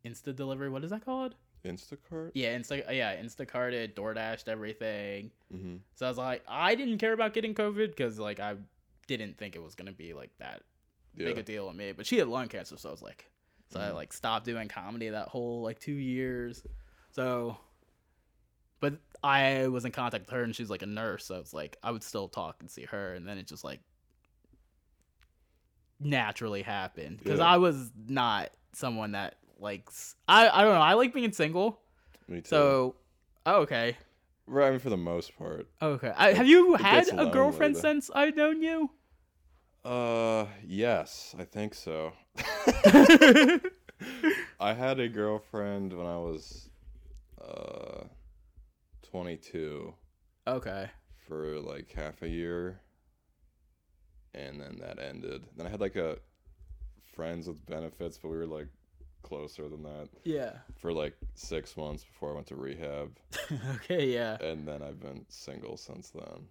Speaker 2: Insta delivery. What is that called?
Speaker 1: Instacart?
Speaker 2: Yeah, Insta. Yeah, Instacarted, DoorDashed everything.
Speaker 1: Mm-hmm.
Speaker 2: So I was like, I didn't care about getting COVID because like I didn't think it was gonna be like that
Speaker 1: Yeah.
Speaker 2: big a deal on me. But she had lung cancer, so I was like, so I
Speaker 1: Mhm.
Speaker 2: like stopped doing comedy that whole like two years. So, but I was in contact with her, and she's like a nurse, so it's like I would still talk and see her, and then it just like naturally happened because
Speaker 1: Yeah.
Speaker 2: I was not someone that likes. I I don't know. I like being single,
Speaker 1: Me too.
Speaker 2: so. Oh, okay. oh,
Speaker 1: right, I mean, for the most part.
Speaker 2: Okay. I, have you
Speaker 1: it
Speaker 2: had
Speaker 1: gets
Speaker 2: a
Speaker 1: lonely,
Speaker 2: girlfriend
Speaker 1: though.
Speaker 2: since I've known you?
Speaker 1: Uh, yes, I think so. I had a girlfriend when I was, uh, 22
Speaker 2: okay.
Speaker 1: for like half a year, and then that ended. Then I had like a friends with benefits, but we were like closer than that.
Speaker 2: Yeah.
Speaker 1: for like six months before I went to rehab,
Speaker 2: okay. Yeah.
Speaker 1: and then I've been single since then.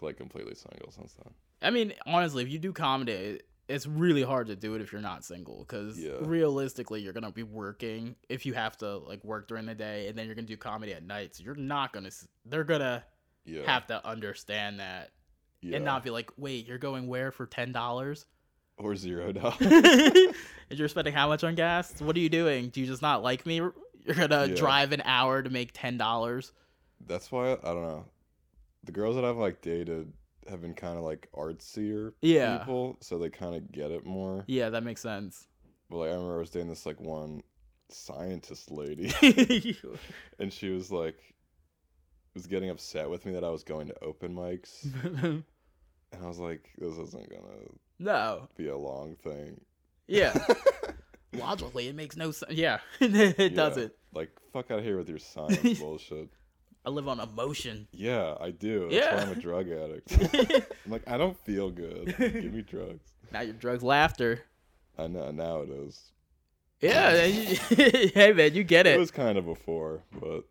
Speaker 1: Like completely single since then.
Speaker 2: I mean, honestly, if you do comedy, it- it's really hard to do it if you're not single because
Speaker 1: Yeah.
Speaker 2: realistically, you're gonna be working if you have to like work during the day, and then you're gonna do comedy at night. So you're not gonna. s- They're gonna
Speaker 1: Yeah,
Speaker 2: have to understand that
Speaker 1: yeah.
Speaker 2: and not be like, wait, you're going where for ten dollars?
Speaker 1: or zero dollars.
Speaker 2: and you're spending how much on gas? What are you doing? Do you just not like me? You're gonna
Speaker 1: Yeah.
Speaker 2: drive an hour to make ten dollars.
Speaker 1: That's why I don't know. The girls that I've like dated have been kind of like artsier
Speaker 2: Yeah.
Speaker 1: people, so they kind of get it more.
Speaker 2: Yeah, that makes sense.
Speaker 1: But like I remember I was dating this like one scientist lady,
Speaker 2: Math
Speaker 1: and she was like, was getting upset with me that I was going to open mics, and I was like, this isn't gonna
Speaker 2: no.
Speaker 1: be a long thing.
Speaker 2: Yeah. Logically, it makes no sense. Yeah, it
Speaker 1: Yeah.
Speaker 2: doesn't.
Speaker 1: Like, fuck out of here with your science bullshit.
Speaker 2: I live on emotion.
Speaker 1: Yeah, I do. That's why I'm a
Speaker 2: Yeah.
Speaker 1: drug addict. I'm like, I don't feel good. Give me drugs.
Speaker 2: now your drugs laughter.
Speaker 1: I know now it is.
Speaker 2: Yeah, hey man, you get
Speaker 1: It
Speaker 2: it.
Speaker 1: was kind of before, but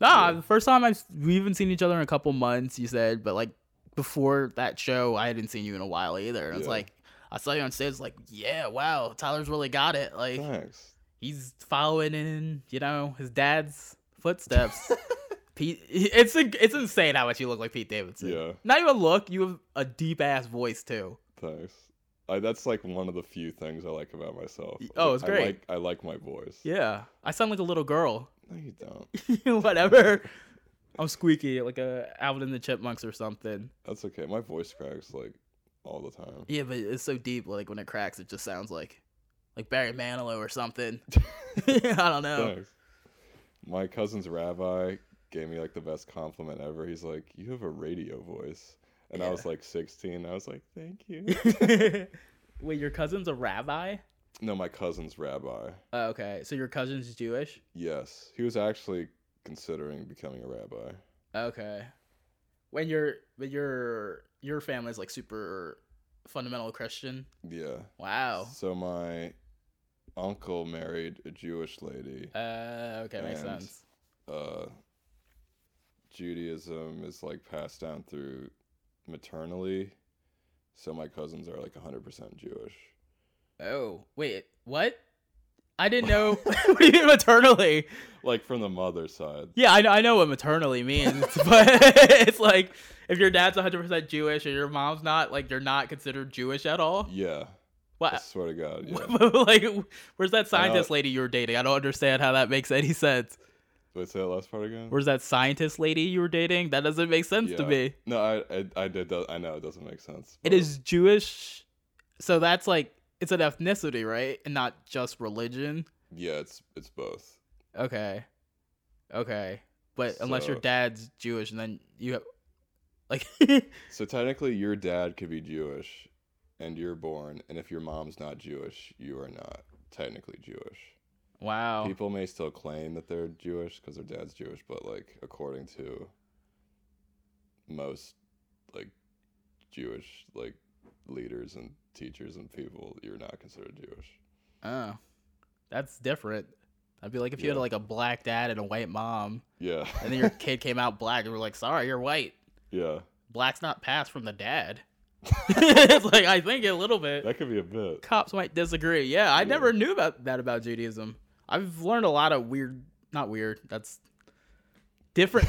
Speaker 2: Nah, the first time I've we haven't seen each other in a couple months, you said, but like before that show, I hadn't seen you in a while either. And It's
Speaker 1: Yeah.
Speaker 2: like I saw you on stage, like yeah, wow, Tyler's really got it. Like
Speaker 1: thanks.
Speaker 2: he's following in, you know, his dad's footsteps. Pete, it's it's insane how much you look like Pete Davidson.
Speaker 1: Yeah,
Speaker 2: Not even look, you have a deep ass voice too.
Speaker 1: thanks. I, that's like one of the few things I like about myself.
Speaker 2: Y- oh, it's
Speaker 1: I
Speaker 2: great.
Speaker 1: like I like my voice.
Speaker 2: Yeah, I sound like a little girl.
Speaker 1: No, you don't.
Speaker 2: Whatever. I'm squeaky, like a Alvin and the Chipmunks or something.
Speaker 1: That's okay. My voice cracks like all the time.
Speaker 2: Yeah, but it's so deep. Like when it cracks, it just sounds like like Barry Manilow or something. I don't know.
Speaker 1: Thanks. My cousin's rabbi gave me like the best compliment ever. He's like, "You have a radio voice," and I
Speaker 2: Yeah.
Speaker 1: was like 16. I was like, "Thank you."
Speaker 2: Wait, your cousin's a rabbi?
Speaker 1: no, my cousin's rabbi.
Speaker 2: Oh, okay, so your cousin's Jewish?
Speaker 1: Yes, he was actually considering becoming a rabbi.
Speaker 2: Okay. When your but your your family's like super fundamental Christian.
Speaker 1: Yeah.
Speaker 2: Wow.
Speaker 1: So my uncle married a Jewish lady.
Speaker 2: Uh, okay, makes
Speaker 1: And-
Speaker 2: sense.
Speaker 1: Uh, Judaism is like passed down through maternally. So my cousins are like 100% Jewish.
Speaker 2: Oh wait, what? I didn't know. what do you mean maternally?
Speaker 1: Like from the mother side.
Speaker 2: Yeah, I know, I know what maternally means, but it's like if your dad's 100% Jewish or your mom's not, like you're not considered Jewish at all.
Speaker 1: Yeah. I
Speaker 2: What?
Speaker 1: swear to God. Yeah.
Speaker 2: like, where's that
Speaker 1: I know.
Speaker 2: scientist lady you were dating? I don't understand how that makes any sense.
Speaker 1: Wait, say that last part again?
Speaker 2: Where's that scientist lady you were dating? That doesn't make sense to
Speaker 1: Yeah.
Speaker 2: me.
Speaker 1: No, I, I, I did. I know it doesn't make sense.
Speaker 2: It
Speaker 1: but-
Speaker 2: is Jewish, so that's like it's an ethnicity, right, and not just religion.
Speaker 1: Yeah, it's it's both.
Speaker 2: Okay, okay, but unless your
Speaker 1: So-
Speaker 2: dad's Jewish, and then you have, like,
Speaker 1: So technically, your dad could be Jewish, and you're born, and if your mom's not Jewish, you are not technically Jewish.
Speaker 2: wow.
Speaker 1: People may still claim that they're Jewish because their dad's Jewish, but like according to most like Jewish like leaders and teachers and people, you're not considered Jewish.
Speaker 2: Oh, that's different. I'd be like if you had
Speaker 1: Yeah.
Speaker 2: like a black dad and a white mom,
Speaker 1: Yeah,
Speaker 2: and then your kid came out black, and we're like, sorry, you're white.
Speaker 1: yeah,
Speaker 2: Black's not passed from the dad. it's like I think a little bit.
Speaker 1: that could be a bit.
Speaker 2: Cops might disagree. Yeah, I
Speaker 1: Yeah.
Speaker 2: never knew about that about Judaism. I've learned a lot of weird, not weird. That's different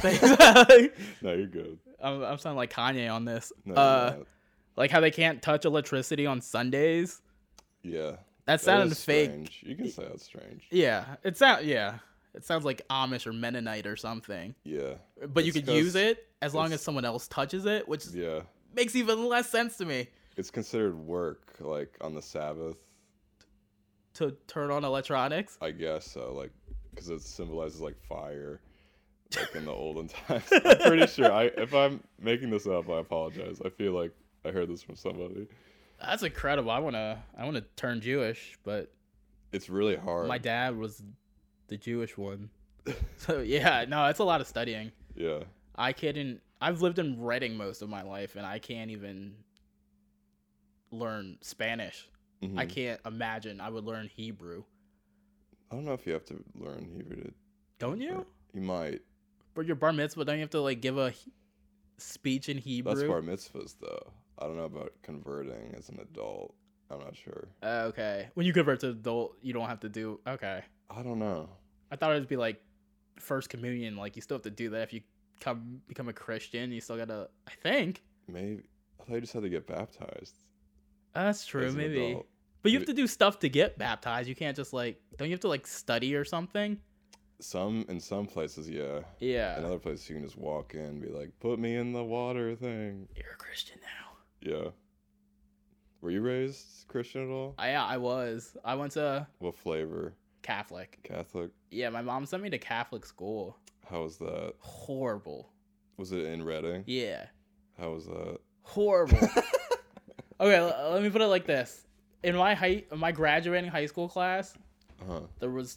Speaker 2: things. I'm,
Speaker 1: No, you're good.
Speaker 2: I'm sounding like Kanye on this.
Speaker 1: No, you're
Speaker 2: uh,
Speaker 1: not.
Speaker 2: like how they can't touch electricity on Sundays.
Speaker 1: yeah,
Speaker 2: That
Speaker 1: That
Speaker 2: sounded
Speaker 1: is
Speaker 2: fake.
Speaker 1: strange. You can say that's strange.
Speaker 2: Yeah, it sound yeah. It sounds like Amish or Mennonite or something.
Speaker 1: Yeah,
Speaker 2: But you
Speaker 1: It's
Speaker 2: could use
Speaker 1: 'cause
Speaker 2: it as long
Speaker 1: it's-
Speaker 2: as someone else touches it, which
Speaker 1: yeah.
Speaker 2: makes even less sense to me
Speaker 1: It's considered work, like on the Sabbath,
Speaker 2: to turn on electronics.
Speaker 1: I guess. So, like, because it symbolizes like fire, like in the olden times. I'm pretty sure. I if I'm making this up, I apologize. I feel like I heard this from somebody.
Speaker 2: That's incredible. I wanna I wanna turn Jewish, but
Speaker 1: It's really hard.
Speaker 2: my dad was the Jewish one. So yeah, no, it's a lot of studying.
Speaker 1: Yeah,
Speaker 2: I couldn't I've lived in Reading most of my life and I can't even learn Spanish.
Speaker 1: Mhm.
Speaker 2: I can't imagine I would learn Hebrew.
Speaker 1: I don't know if you have to learn Hebrew. To,
Speaker 2: Don't you?
Speaker 1: you might.
Speaker 2: For your bar mitzvah, don't you have to like give a he- speech in Hebrew?
Speaker 1: That's bar mitzvahs, though. I don't know about converting as an adult. I'm not sure.
Speaker 2: Uh, okay. When you convert to adult, you don't have to do. Okay.
Speaker 1: I don't know.
Speaker 2: I thought it would be like first communion. Like you still have to do that if you come become a Christian. You still gotta. I think
Speaker 1: Maybe I thought you just had to get baptized.
Speaker 2: Uh, that's true.
Speaker 1: as an
Speaker 2: Maybe.
Speaker 1: adult.
Speaker 2: But you have to do stuff to get baptized. You can't just like. Don't you have to like study or something?
Speaker 1: Some in some places, yeah.
Speaker 2: Yeah.
Speaker 1: Another place you can just walk in and be like, put me in the water thing.
Speaker 2: You're a Christian now.
Speaker 1: Yeah. Were you raised Christian at all?
Speaker 2: I, yeah, I was. I went to
Speaker 1: What flavor?
Speaker 2: Catholic.
Speaker 1: Catholic?
Speaker 2: Yeah, my mom sent me to Catholic school.
Speaker 1: How was that?
Speaker 2: Horrible.
Speaker 1: Was it in Reading?
Speaker 2: Yeah.
Speaker 1: How was that?
Speaker 2: horrible. okay, l- let me put it like this: in my high, in my graduating high school class,
Speaker 1: Huh.
Speaker 2: there was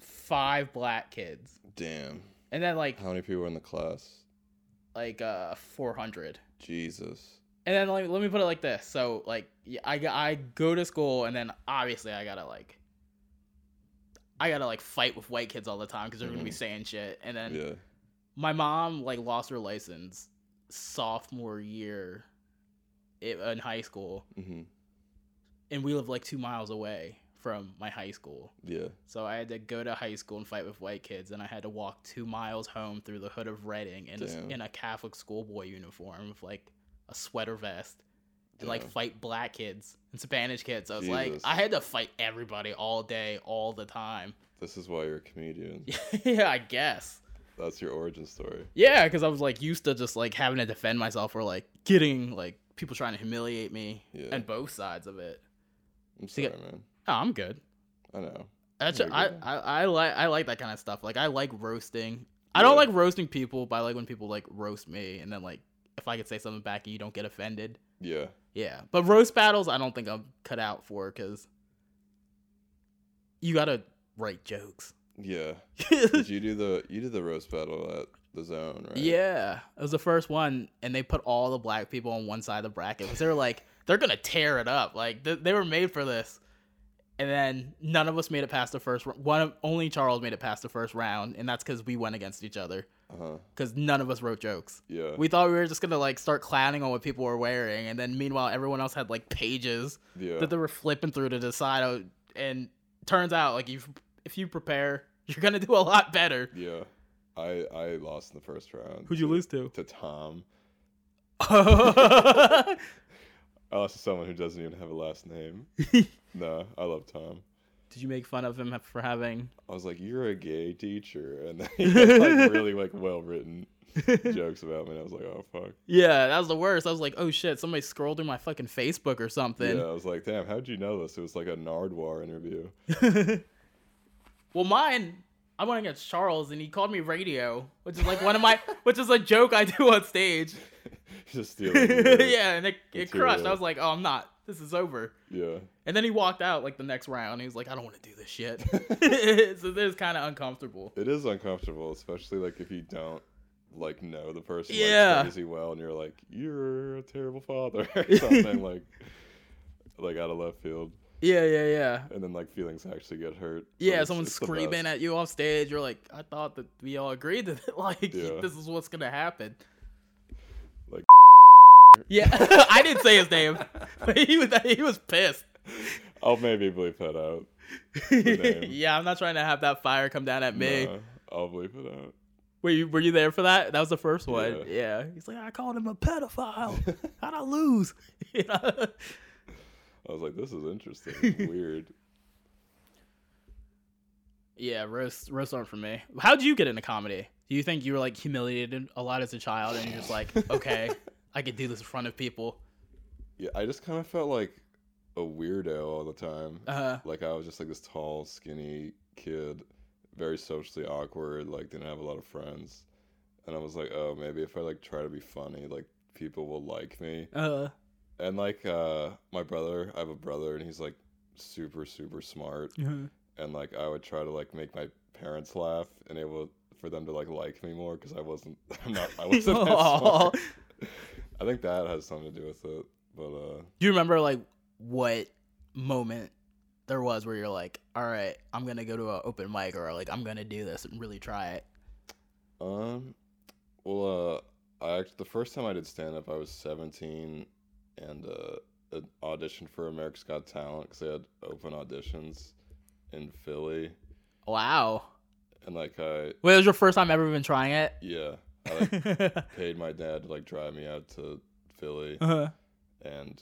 Speaker 2: five black kids,
Speaker 1: Damn.
Speaker 2: and then like
Speaker 1: How many people were in the class?
Speaker 2: like uh 400
Speaker 1: Jesus.
Speaker 2: and then like let me put it like this so like yeah, I, g- I go to school and then obviously i gotta like i gotta like fight with white kids all the time because they're gonna be
Speaker 1: Mhm.
Speaker 2: saying shit and then
Speaker 1: Yeah.
Speaker 2: my mom like lost her license sophomore year i- in high school
Speaker 1: hmm
Speaker 2: and we live like two miles away from my high school
Speaker 1: Yeah.
Speaker 2: so i had to go to high school and fight with white kids and i had to walk two miles home through the hood of reading in, a, s-
Speaker 1: Damn.
Speaker 2: in a catholic schoolboy uniform with like a sweater vest and like
Speaker 1: Damn.
Speaker 2: fight black kids and Spanish kids. I was like,
Speaker 1: Jesus.
Speaker 2: I had to fight everybody all day, all the time.
Speaker 1: This is why you're a comedian.
Speaker 2: yeah, I guess.
Speaker 1: That's your origin story.
Speaker 2: Yeah, because I was like used to just like having to defend myself or like getting like people trying to humiliate me
Speaker 1: Yeah.
Speaker 2: and both sides of it.
Speaker 1: I'm
Speaker 2: See,
Speaker 1: sorry,
Speaker 2: I-
Speaker 1: man.
Speaker 2: Oh, I'm good.
Speaker 1: I know.
Speaker 2: That's
Speaker 1: Very
Speaker 2: I,
Speaker 1: good.
Speaker 2: I I like I like that kind of stuff. Like I like roasting. I don't
Speaker 1: Yeah.
Speaker 2: like roasting people, but I like when people like roast me and then like if I could say something back and you don't get offended.
Speaker 1: Yeah.
Speaker 2: Yeah, but roast battles, I don't think I'm cut out for because you gotta write jokes.
Speaker 1: Yeah. Did you do the you did the roast battle at the zone, right?
Speaker 2: Yeah, it was the first one, and they put all the black people on one side of the bracket because they were like, they're gonna tear it up. Like th- they were made for this. And then none of us made it past the first round. One of only Charles made it past the first round, and that's because we went against each other
Speaker 1: Uh huh.
Speaker 2: because none of us wrote jokes.
Speaker 1: Yeah.
Speaker 2: We thought we were just gonna like start clowning on what people were wearing, and then meanwhile everyone else had like pages
Speaker 1: yeah.
Speaker 2: that they were flipping through to decide. oh, And turns out, like you, if you prepare, you're gonna do a lot better.
Speaker 1: yeah. I I lost in the first round.
Speaker 2: Who'd you
Speaker 1: to-
Speaker 2: lose to?
Speaker 1: To Tom.
Speaker 2: oh,
Speaker 1: I lost to someone who doesn't even have a last name. no, I love Tom.
Speaker 2: Did you make fun of him for having?
Speaker 1: I was like, "You're a gay teacher," and then he had like really like well written jokes about me. And I was like, "Oh fuck."
Speaker 2: Yeah, that was the worst. I was like, oh shit, somebody scrolled through my fucking Facebook or something.
Speaker 1: yeah, I was like, "Damn, how'd you know this?" It was like a Nardwar interview.
Speaker 2: Well, mine, I went against Charles, and he called me radio, which is like one of my, which is a joke I do on stage.
Speaker 1: Just stealing. your-
Speaker 2: yeah, and it, it crushed. I
Speaker 1: Oh, Material.
Speaker 2: was like, oh, I'm not. This is over.
Speaker 1: Yeah.
Speaker 2: And then he walked out like the next round. He was like, I don't want to do this shit. so this is kind of uncomfortable.
Speaker 1: It is uncomfortable, especially like if you don't like know the person
Speaker 2: Yeah.
Speaker 1: like, crazy well, and you're like, "You're a terrible father," or something like, like out of left field,
Speaker 2: Yeah, yeah, yeah.
Speaker 1: and then like feelings actually get hurt. But
Speaker 2: Yeah,
Speaker 1: Oh, it's-
Speaker 2: someone's
Speaker 1: it's the
Speaker 2: screaming
Speaker 1: best.
Speaker 2: at you off stage. You're like, I thought that we all agreed that like
Speaker 1: Yeah.
Speaker 2: this is what's gonna happen.
Speaker 1: Like-
Speaker 2: yeah, I didn't say his name, but he was he was pissed.
Speaker 1: I'll maybe bleep that out. name.
Speaker 2: yeah, I'm not trying to have that fire come down at me.
Speaker 1: Nah, I'll bleep it out.
Speaker 2: Were you were you there for that? That was the first one.
Speaker 1: Yeah.
Speaker 2: Yeah. He's like, I called him a pedophile. How'd I lose? You know?
Speaker 1: I was like, this is interesting, and weird.
Speaker 2: Yeah, roast roast aren't for me. How'd you get into comedy? Do you think you were like humiliated a lot as a child and you're just like, okay, I could do this in front of people?
Speaker 1: Yeah, I just kind of felt like a weirdo all the time.
Speaker 2: Uh
Speaker 1: Like I was just like this tall, skinny kid, very socially awkward. Like didn't have a lot of friends, and I was like, oh, maybe if I like try to be funny, like people will like me.
Speaker 2: uh
Speaker 1: And like uh, my brother, I have a brother, and he's like super, super smart. And like I would try to like make my parents laugh, and it will for them to like like me more because I wasn't, I'm not, I wasn't. that
Speaker 2: Aw.
Speaker 1: smart. I think that has something to do with it, but uh,
Speaker 2: Do you remember like what moment there was where you're like, all right, I'm gonna go to an open mic or like I'm gonna do this and really try it?
Speaker 1: Um, well, uh, I act- the first time I did stand up, I was 17 and uh, ad- auditioned for America's Got Talent because they had open auditions in Philly.
Speaker 2: Wow.
Speaker 1: And like, I,
Speaker 2: Wait, it was your first time ever even trying it?
Speaker 1: yeah, I like, paid my dad to like drive me out to Philly
Speaker 2: Uh-huh.
Speaker 1: and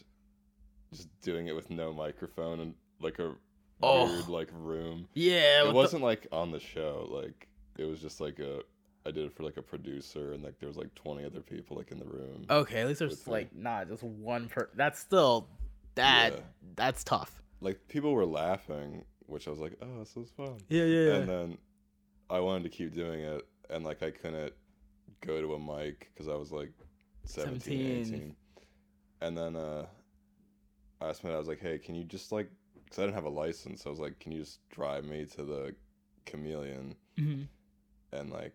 Speaker 1: just doing it with no microphone and like a
Speaker 2: Oh.
Speaker 1: weird like room.
Speaker 2: Yeah,
Speaker 1: it
Speaker 2: what
Speaker 1: wasn't like on the show like it was just like a i did it for like a producer and like there was like 20 other people like in the room
Speaker 2: the- Okay, at least there's
Speaker 1: With me.
Speaker 2: like not just one per that's still that
Speaker 1: Yeah.
Speaker 2: that's tough.
Speaker 1: like people were laughing which i was like oh this is fun
Speaker 2: Yeah, yeah,
Speaker 1: and then i wanted to keep doing it and like i couldn't go to a mic because i was like 17,
Speaker 2: 17.
Speaker 1: 18 and then uh i asked my dad i was like hey can you just like because i didn't have a license i was like can you just drive me to the chameleon
Speaker 2: hmm
Speaker 1: and like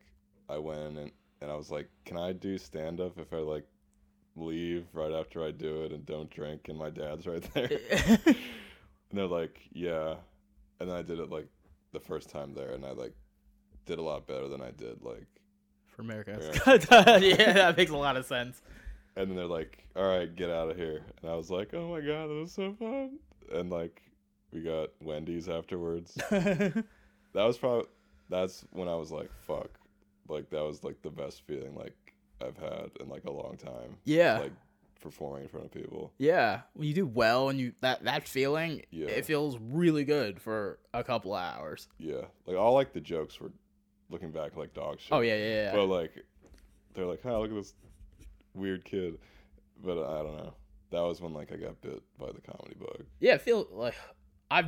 Speaker 1: I went and, and I was like, can I do stand up if I like leave right after I do it and don't drink? And my dad's right there.
Speaker 2: Mm-hmm.
Speaker 1: and they're like, yeah. And I did it like the first time there, and I like did a lot better than I did like.
Speaker 2: For America.
Speaker 1: Yeah.
Speaker 2: yeah, that makes a lot of sense.
Speaker 1: And then they're like, all right, get out of here. And I was like, oh my god, that was so fun. And like, we got Wendy's afterwards.
Speaker 2: yeah,
Speaker 1: that was probably that's when I was like, fuck, like that was like the best feeling like I've had in like a long time, like performing in front of people.
Speaker 2: yeah. When you do well and you that that feeling,
Speaker 1: Yeah.
Speaker 2: it feels really good for a couple of hours.
Speaker 1: Yeah, like all like the jokes were looking back like dog shit.
Speaker 2: Oh yeah, yeah, yeah.
Speaker 1: but like they're like, huh, look at this weird kid. But I don't know. That was when like I got bit by the comedy bug.
Speaker 2: yeah. I Feel like I've.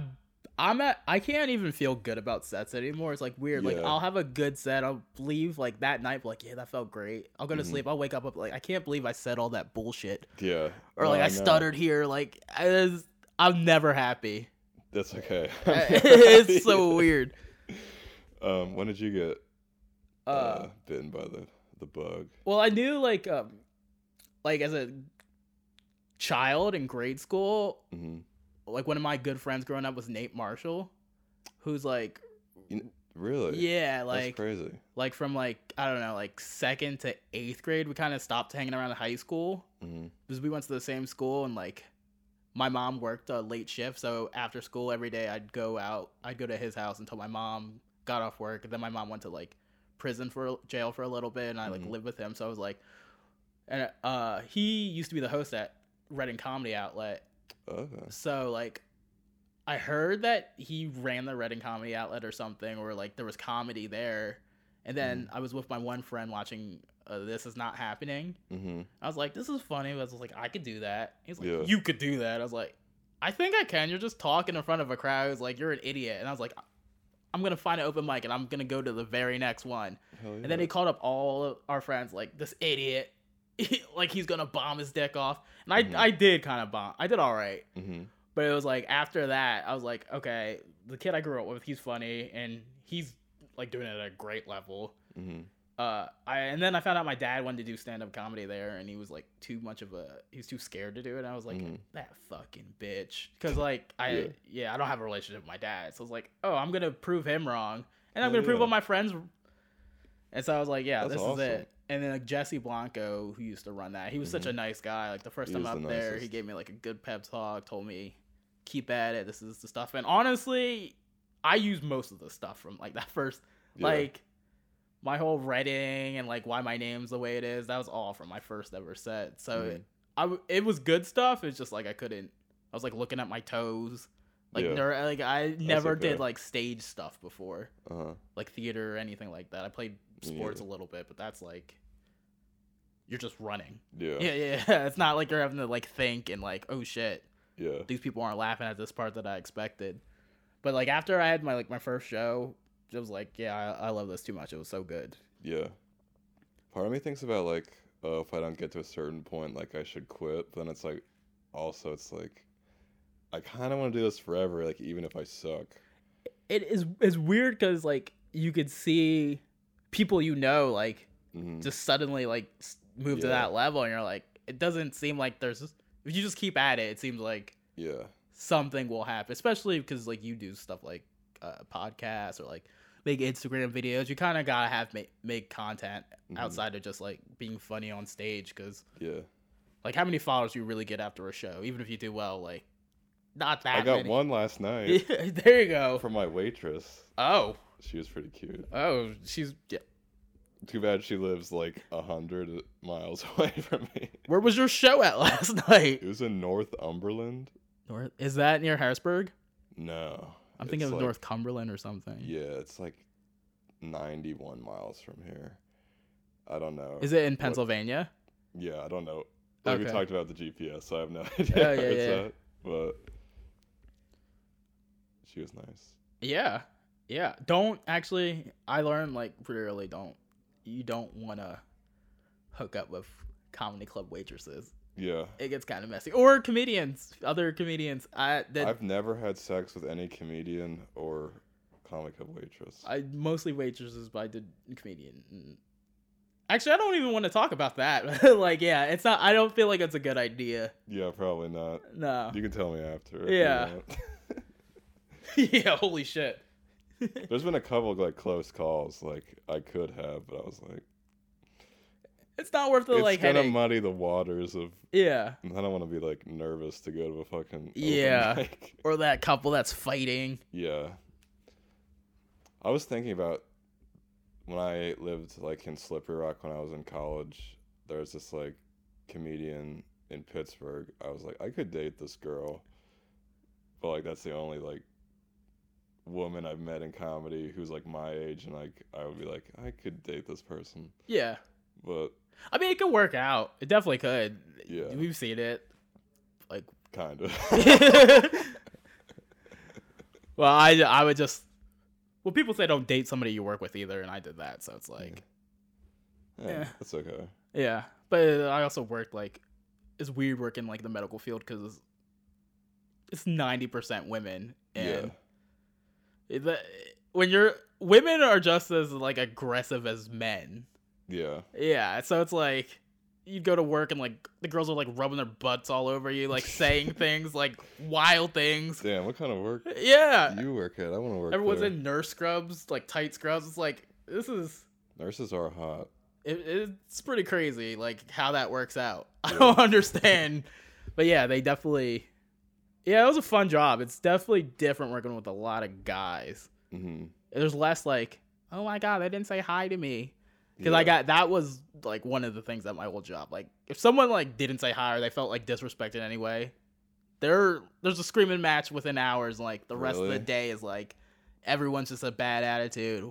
Speaker 2: I'm at. I can't even feel good about sets anymore. It's like weird. Like
Speaker 1: Yeah.
Speaker 2: I'll have a good set. I'll leave like that night. Like yeah, that felt great. I'll go to
Speaker 1: Mhm.
Speaker 2: sleep. I'll wake up. up Like I can't believe I said all that bullshit.
Speaker 1: Yeah,
Speaker 2: Or
Speaker 1: No,
Speaker 2: like I,
Speaker 1: Oh, know.
Speaker 2: stuttered here. Like I was- I'm never happy.
Speaker 1: That's okay.
Speaker 2: it's so weird.
Speaker 1: Um, when did you get uh,
Speaker 2: Uh,
Speaker 1: bitten by the the bug?
Speaker 2: Well, I knew like um like as a child in grade school,
Speaker 1: hmm
Speaker 2: like one of my good friends growing up was Nate Marshall, who's like
Speaker 1: Really?
Speaker 2: yeah,
Speaker 1: Oh, That's
Speaker 2: like
Speaker 1: crazy.
Speaker 2: like from like I don't know, like second to eighth grade, we kind of stopped hanging around in high school
Speaker 1: hmm
Speaker 2: because we went to the same school and like my mom worked a late shift, so after school every day I'd go out, I'd go to his house until my mom got off work, and then my mom went to like prison for jail for a little bit, and I like
Speaker 1: Mhm.
Speaker 2: lived with him, so I was like, and uh, he used to be the host at Reading Comedy Outlet,
Speaker 1: Okay.
Speaker 2: so like I heard that he ran the Reading Comedy Outlet or something, or like there was comedy there, and then I was with my one friend watching uh, This Is Not Happening.
Speaker 1: Mm-hmm.
Speaker 2: I was like, this is funny. I was like, I could do that. He's like,
Speaker 1: Yeah.
Speaker 2: you could do that. I was like, I think I can. You're just talking in front of a crowd. He's like, you're an idiot. And I was like, I'm gonna find an open mic and I'm gonna go to the very next one.
Speaker 1: Hell yeah.
Speaker 2: And then he called up all of our friends, like this idiot, like he's gonna bomb his dick off. And I,
Speaker 1: Mhm.
Speaker 2: I did kind of bomb. I did all right.
Speaker 1: hmm
Speaker 2: But it was like after that, I was like, okay, the kid I grew up with, he's funny and he's like doing it at a great level.
Speaker 1: hmm
Speaker 2: Uh, I and then I found out my dad wanted to do stand up comedy there, and he was like too much of a he was too scared to do it. And I was like,
Speaker 1: Mhm.
Speaker 2: that fucking bitch, because like I yeah.
Speaker 1: Yeah.
Speaker 2: I don't have a relationship with my dad, so I was like, oh, I'm gonna prove him wrong, and I'm
Speaker 1: Hell
Speaker 2: gonna prove
Speaker 1: yeah.
Speaker 2: all my friends. And so I was like, yeah,
Speaker 1: That's
Speaker 2: this
Speaker 1: awesome.
Speaker 2: is it. And then like Jesse Blanco, who used to run that, he was such a nice guy. Like the first
Speaker 1: Mm-hmm. He
Speaker 2: time
Speaker 1: is
Speaker 2: up
Speaker 1: the
Speaker 2: there, he
Speaker 1: nicest.
Speaker 2: gave me like a good pep talk, told me keep at it, this is the stuff. And honestly, I use most of the stuff from like that first like my whole writing and like why my name's the way it is that was all from my first ever set so
Speaker 1: Mhm.
Speaker 2: it, I w- it was good stuff it's just like i couldn't i was like looking at my toes like
Speaker 1: Yeah.
Speaker 2: ner- like i never
Speaker 1: okay.
Speaker 2: did like stage stuff before
Speaker 1: uh-huh.
Speaker 2: like theater or anything like that i played
Speaker 1: Me
Speaker 2: sports a
Speaker 1: neither.
Speaker 2: little bit but that's like you're just running
Speaker 1: yeah, yeah,
Speaker 2: yeah. yeah yeah it's not like you're having to like think and like oh shit
Speaker 1: yeah,
Speaker 2: these people aren't laughing at this part that I expected. But like after I had my like my first show, it was like, yeah, I, I love this too much. It was so good.
Speaker 1: Part of me thinks about like, oh, if I don't get to a certain point, like I should quit. But then it's like, also, it's like, I kind of want to do this forever, like even if I suck.
Speaker 2: It is it's weird because like you could see people you know like
Speaker 1: hmm
Speaker 2: just suddenly like s- move to
Speaker 1: Yeah.
Speaker 2: that level, and you're like, it doesn't seem like there's if you just keep at it, it seems like
Speaker 1: Yeah,
Speaker 2: something will happen. Especially because like you do stuff like uh, podcasts or like make Instagram videos. You kind of gotta have make, make content
Speaker 1: Mhm.
Speaker 2: outside of just like being funny on stage because
Speaker 1: yeah.
Speaker 2: Like how many followers you really get after a show, even if you do well, like not
Speaker 1: I
Speaker 2: that
Speaker 1: got
Speaker 2: many.
Speaker 1: one last night
Speaker 2: Yeah, there you go.
Speaker 1: from my waitress.
Speaker 2: Oh,
Speaker 1: She was pretty cute.
Speaker 2: oh, she's. Yeah.
Speaker 1: Too bad she lives like a hundred miles away from me.
Speaker 2: Where was your show at last
Speaker 1: It
Speaker 2: night?
Speaker 1: was in Northumberland.
Speaker 2: North is that near Harrisburg?
Speaker 1: No,
Speaker 2: I'm thinking
Speaker 1: it's,
Speaker 2: of
Speaker 1: like,
Speaker 2: North Cumberland or something.
Speaker 1: Yeah, it's like 91 miles from here. I don't know.
Speaker 2: Is it in Pennsylvania?
Speaker 1: Yeah, I don't know. Like
Speaker 2: Okay.
Speaker 1: we
Speaker 2: Oh,
Speaker 1: talked about the GPS, so I have no idea where
Speaker 2: yeah,
Speaker 1: it's
Speaker 2: yeah.
Speaker 1: at. But she was nice.
Speaker 2: Yeah, yeah. Don't actually. I learned like pretty early. Don't you don't want to hook up with comedy club waitresses.
Speaker 1: Yeah.
Speaker 2: It gets kind of messy. Or comedians, other comedians. I that
Speaker 1: I've never had sex with any comedian or comic book waitress.
Speaker 2: I mostly waitresses, but I did comedian. Actually, I don't even want to talk about that. like, yeah, it's not. I don't feel like it's a good idea.
Speaker 1: Yeah, probably not.
Speaker 2: No.
Speaker 1: You can tell me after. if you
Speaker 2: Uh. Yeah.
Speaker 1: want.
Speaker 2: yeah. Holy shit.
Speaker 1: There's been a couple like close calls like I could have, but I was like,
Speaker 2: It's not worth the
Speaker 1: it's
Speaker 2: like
Speaker 1: gonna
Speaker 2: headache.
Speaker 1: muddy the waters of.
Speaker 2: yeah.
Speaker 1: I don't want to be like nervous to go to a fucking open
Speaker 2: Yeah.
Speaker 1: mic.
Speaker 2: Or that couple that's fighting.
Speaker 1: Yeah. I was thinking about when I lived like in Slippery Rock when I was in college, there was this like comedian in Pittsburgh. I was like, I could date this girl. But like that's the only like woman I've met in comedy who's like my age and like I would be like, I could date this person.
Speaker 2: Yeah.
Speaker 1: But
Speaker 2: I mean, it could work out. It definitely could.
Speaker 1: Yeah.
Speaker 2: We've seen it. Like,
Speaker 1: kind of.
Speaker 2: well, I, I would just. Well, people say don't date somebody you work with either, and I did that, so it's like,
Speaker 1: yeah,
Speaker 2: Yeah.
Speaker 1: that's okay.
Speaker 2: yeah. But I also worked like, it's weird working like the medical field because it's ninety percent women, and the, when you're women are just as like aggressive as men.
Speaker 1: Yeah. Yeah.
Speaker 2: Yeah, so it's like you'd go to work and like the girls are like rubbing their butts all over you, like saying things like wild things.
Speaker 1: Damn, what kind of work
Speaker 2: Yeah,
Speaker 1: do you work at? I want to work
Speaker 2: Uh, everyone's
Speaker 1: there.
Speaker 2: in nurse scrubs, like tight scrubs. It's like this is
Speaker 1: Nurses are hot.
Speaker 2: it, it's pretty crazy, like how that works out. I don't understand, but yeah, they definitely. Yeah, it was a fun job. It's definitely different working with a lot of guys.
Speaker 1: Mm-hmm.
Speaker 2: There's less like, oh my god, they didn't say hi to me. Because I got that was like one of the things at my old job. Like if someone like didn't say hi or they felt like disrespected in any way, there there's a screaming match within hours. Like the rest of
Speaker 1: Really?
Speaker 2: the day is like everyone's just a bad attitude.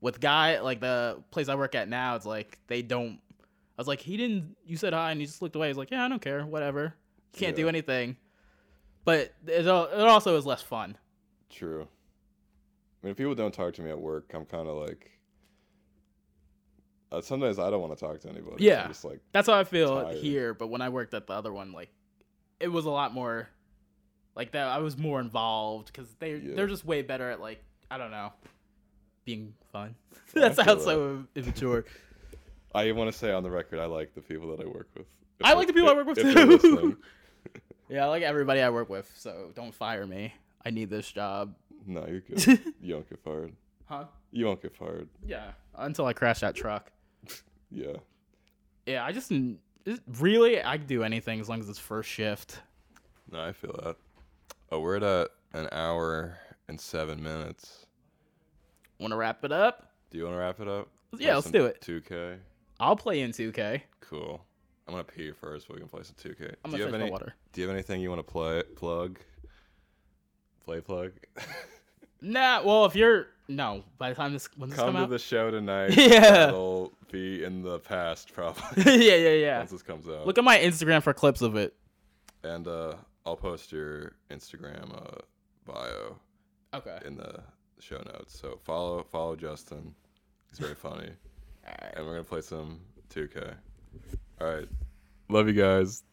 Speaker 2: With guy like the place I work at now, it's like they don't. I was like, he didn't. You said hi, and he just looked away. He's like, yeah, I don't care, whatever. Can't
Speaker 1: Yeah.
Speaker 2: do anything. But it, al- it also is less fun.
Speaker 1: True. I mean, if people don't talk to me at work, I'm kind of like. Uh, sometimes I don't want to talk to anybody. so
Speaker 2: Yeah.
Speaker 1: I'm just like,
Speaker 2: That's how I feel
Speaker 1: Tired.
Speaker 2: here, but when I worked at the other one, like it was a lot more like that. I was more involved because they
Speaker 1: Yeah.
Speaker 2: they're just way better at like I don't know being fun.
Speaker 1: Yeah, I
Speaker 2: that
Speaker 1: feel
Speaker 2: sounds so immature.
Speaker 1: I want to say on the record, I like the people that I work with. If
Speaker 2: I
Speaker 1: they're-
Speaker 2: like the people I
Speaker 1: if-
Speaker 2: work with,
Speaker 1: if they're
Speaker 2: too.
Speaker 1: listening.
Speaker 2: yeah, I like everybody I work with, so don't fire me. I need this job,
Speaker 1: No, you're good. you won't get fired.
Speaker 2: huh?
Speaker 1: You won't get fired.
Speaker 2: Yeah, until I crash that truck.
Speaker 1: Yeah.
Speaker 2: Yeah, I just it- really I can do anything as long as it's first shift.
Speaker 1: No, I feel that. Oh, we're at a, an hour and seven minutes.
Speaker 2: Want to wrap it up?
Speaker 1: Do you want to wrap it up?
Speaker 2: Yeah, let's do it.
Speaker 1: 2K.
Speaker 2: I'll play in 2K.
Speaker 1: Cool. I'm gonna pee first, but we can play some 2K.
Speaker 2: I'm
Speaker 1: do you
Speaker 2: gonna finish
Speaker 1: have
Speaker 2: my
Speaker 1: any?
Speaker 2: water.
Speaker 1: Do you have anything you want to play? Plug. Play plug.
Speaker 2: Nah, well, if you're no, by the time this when this
Speaker 1: Come
Speaker 2: come
Speaker 1: to
Speaker 2: out,
Speaker 1: the show tonight.
Speaker 2: Yeah.
Speaker 1: It'll be in the past probably
Speaker 2: yeah, yeah, yeah.
Speaker 1: once this comes out.
Speaker 2: Look at my Instagram for clips of it.
Speaker 1: and uh, I'll post your Instagram uh, bio
Speaker 2: Okay.
Speaker 1: in the show notes. So follow follow Justin. He's very funny,
Speaker 2: All right.
Speaker 1: and we're gonna play some 2K. All right. Love you guys.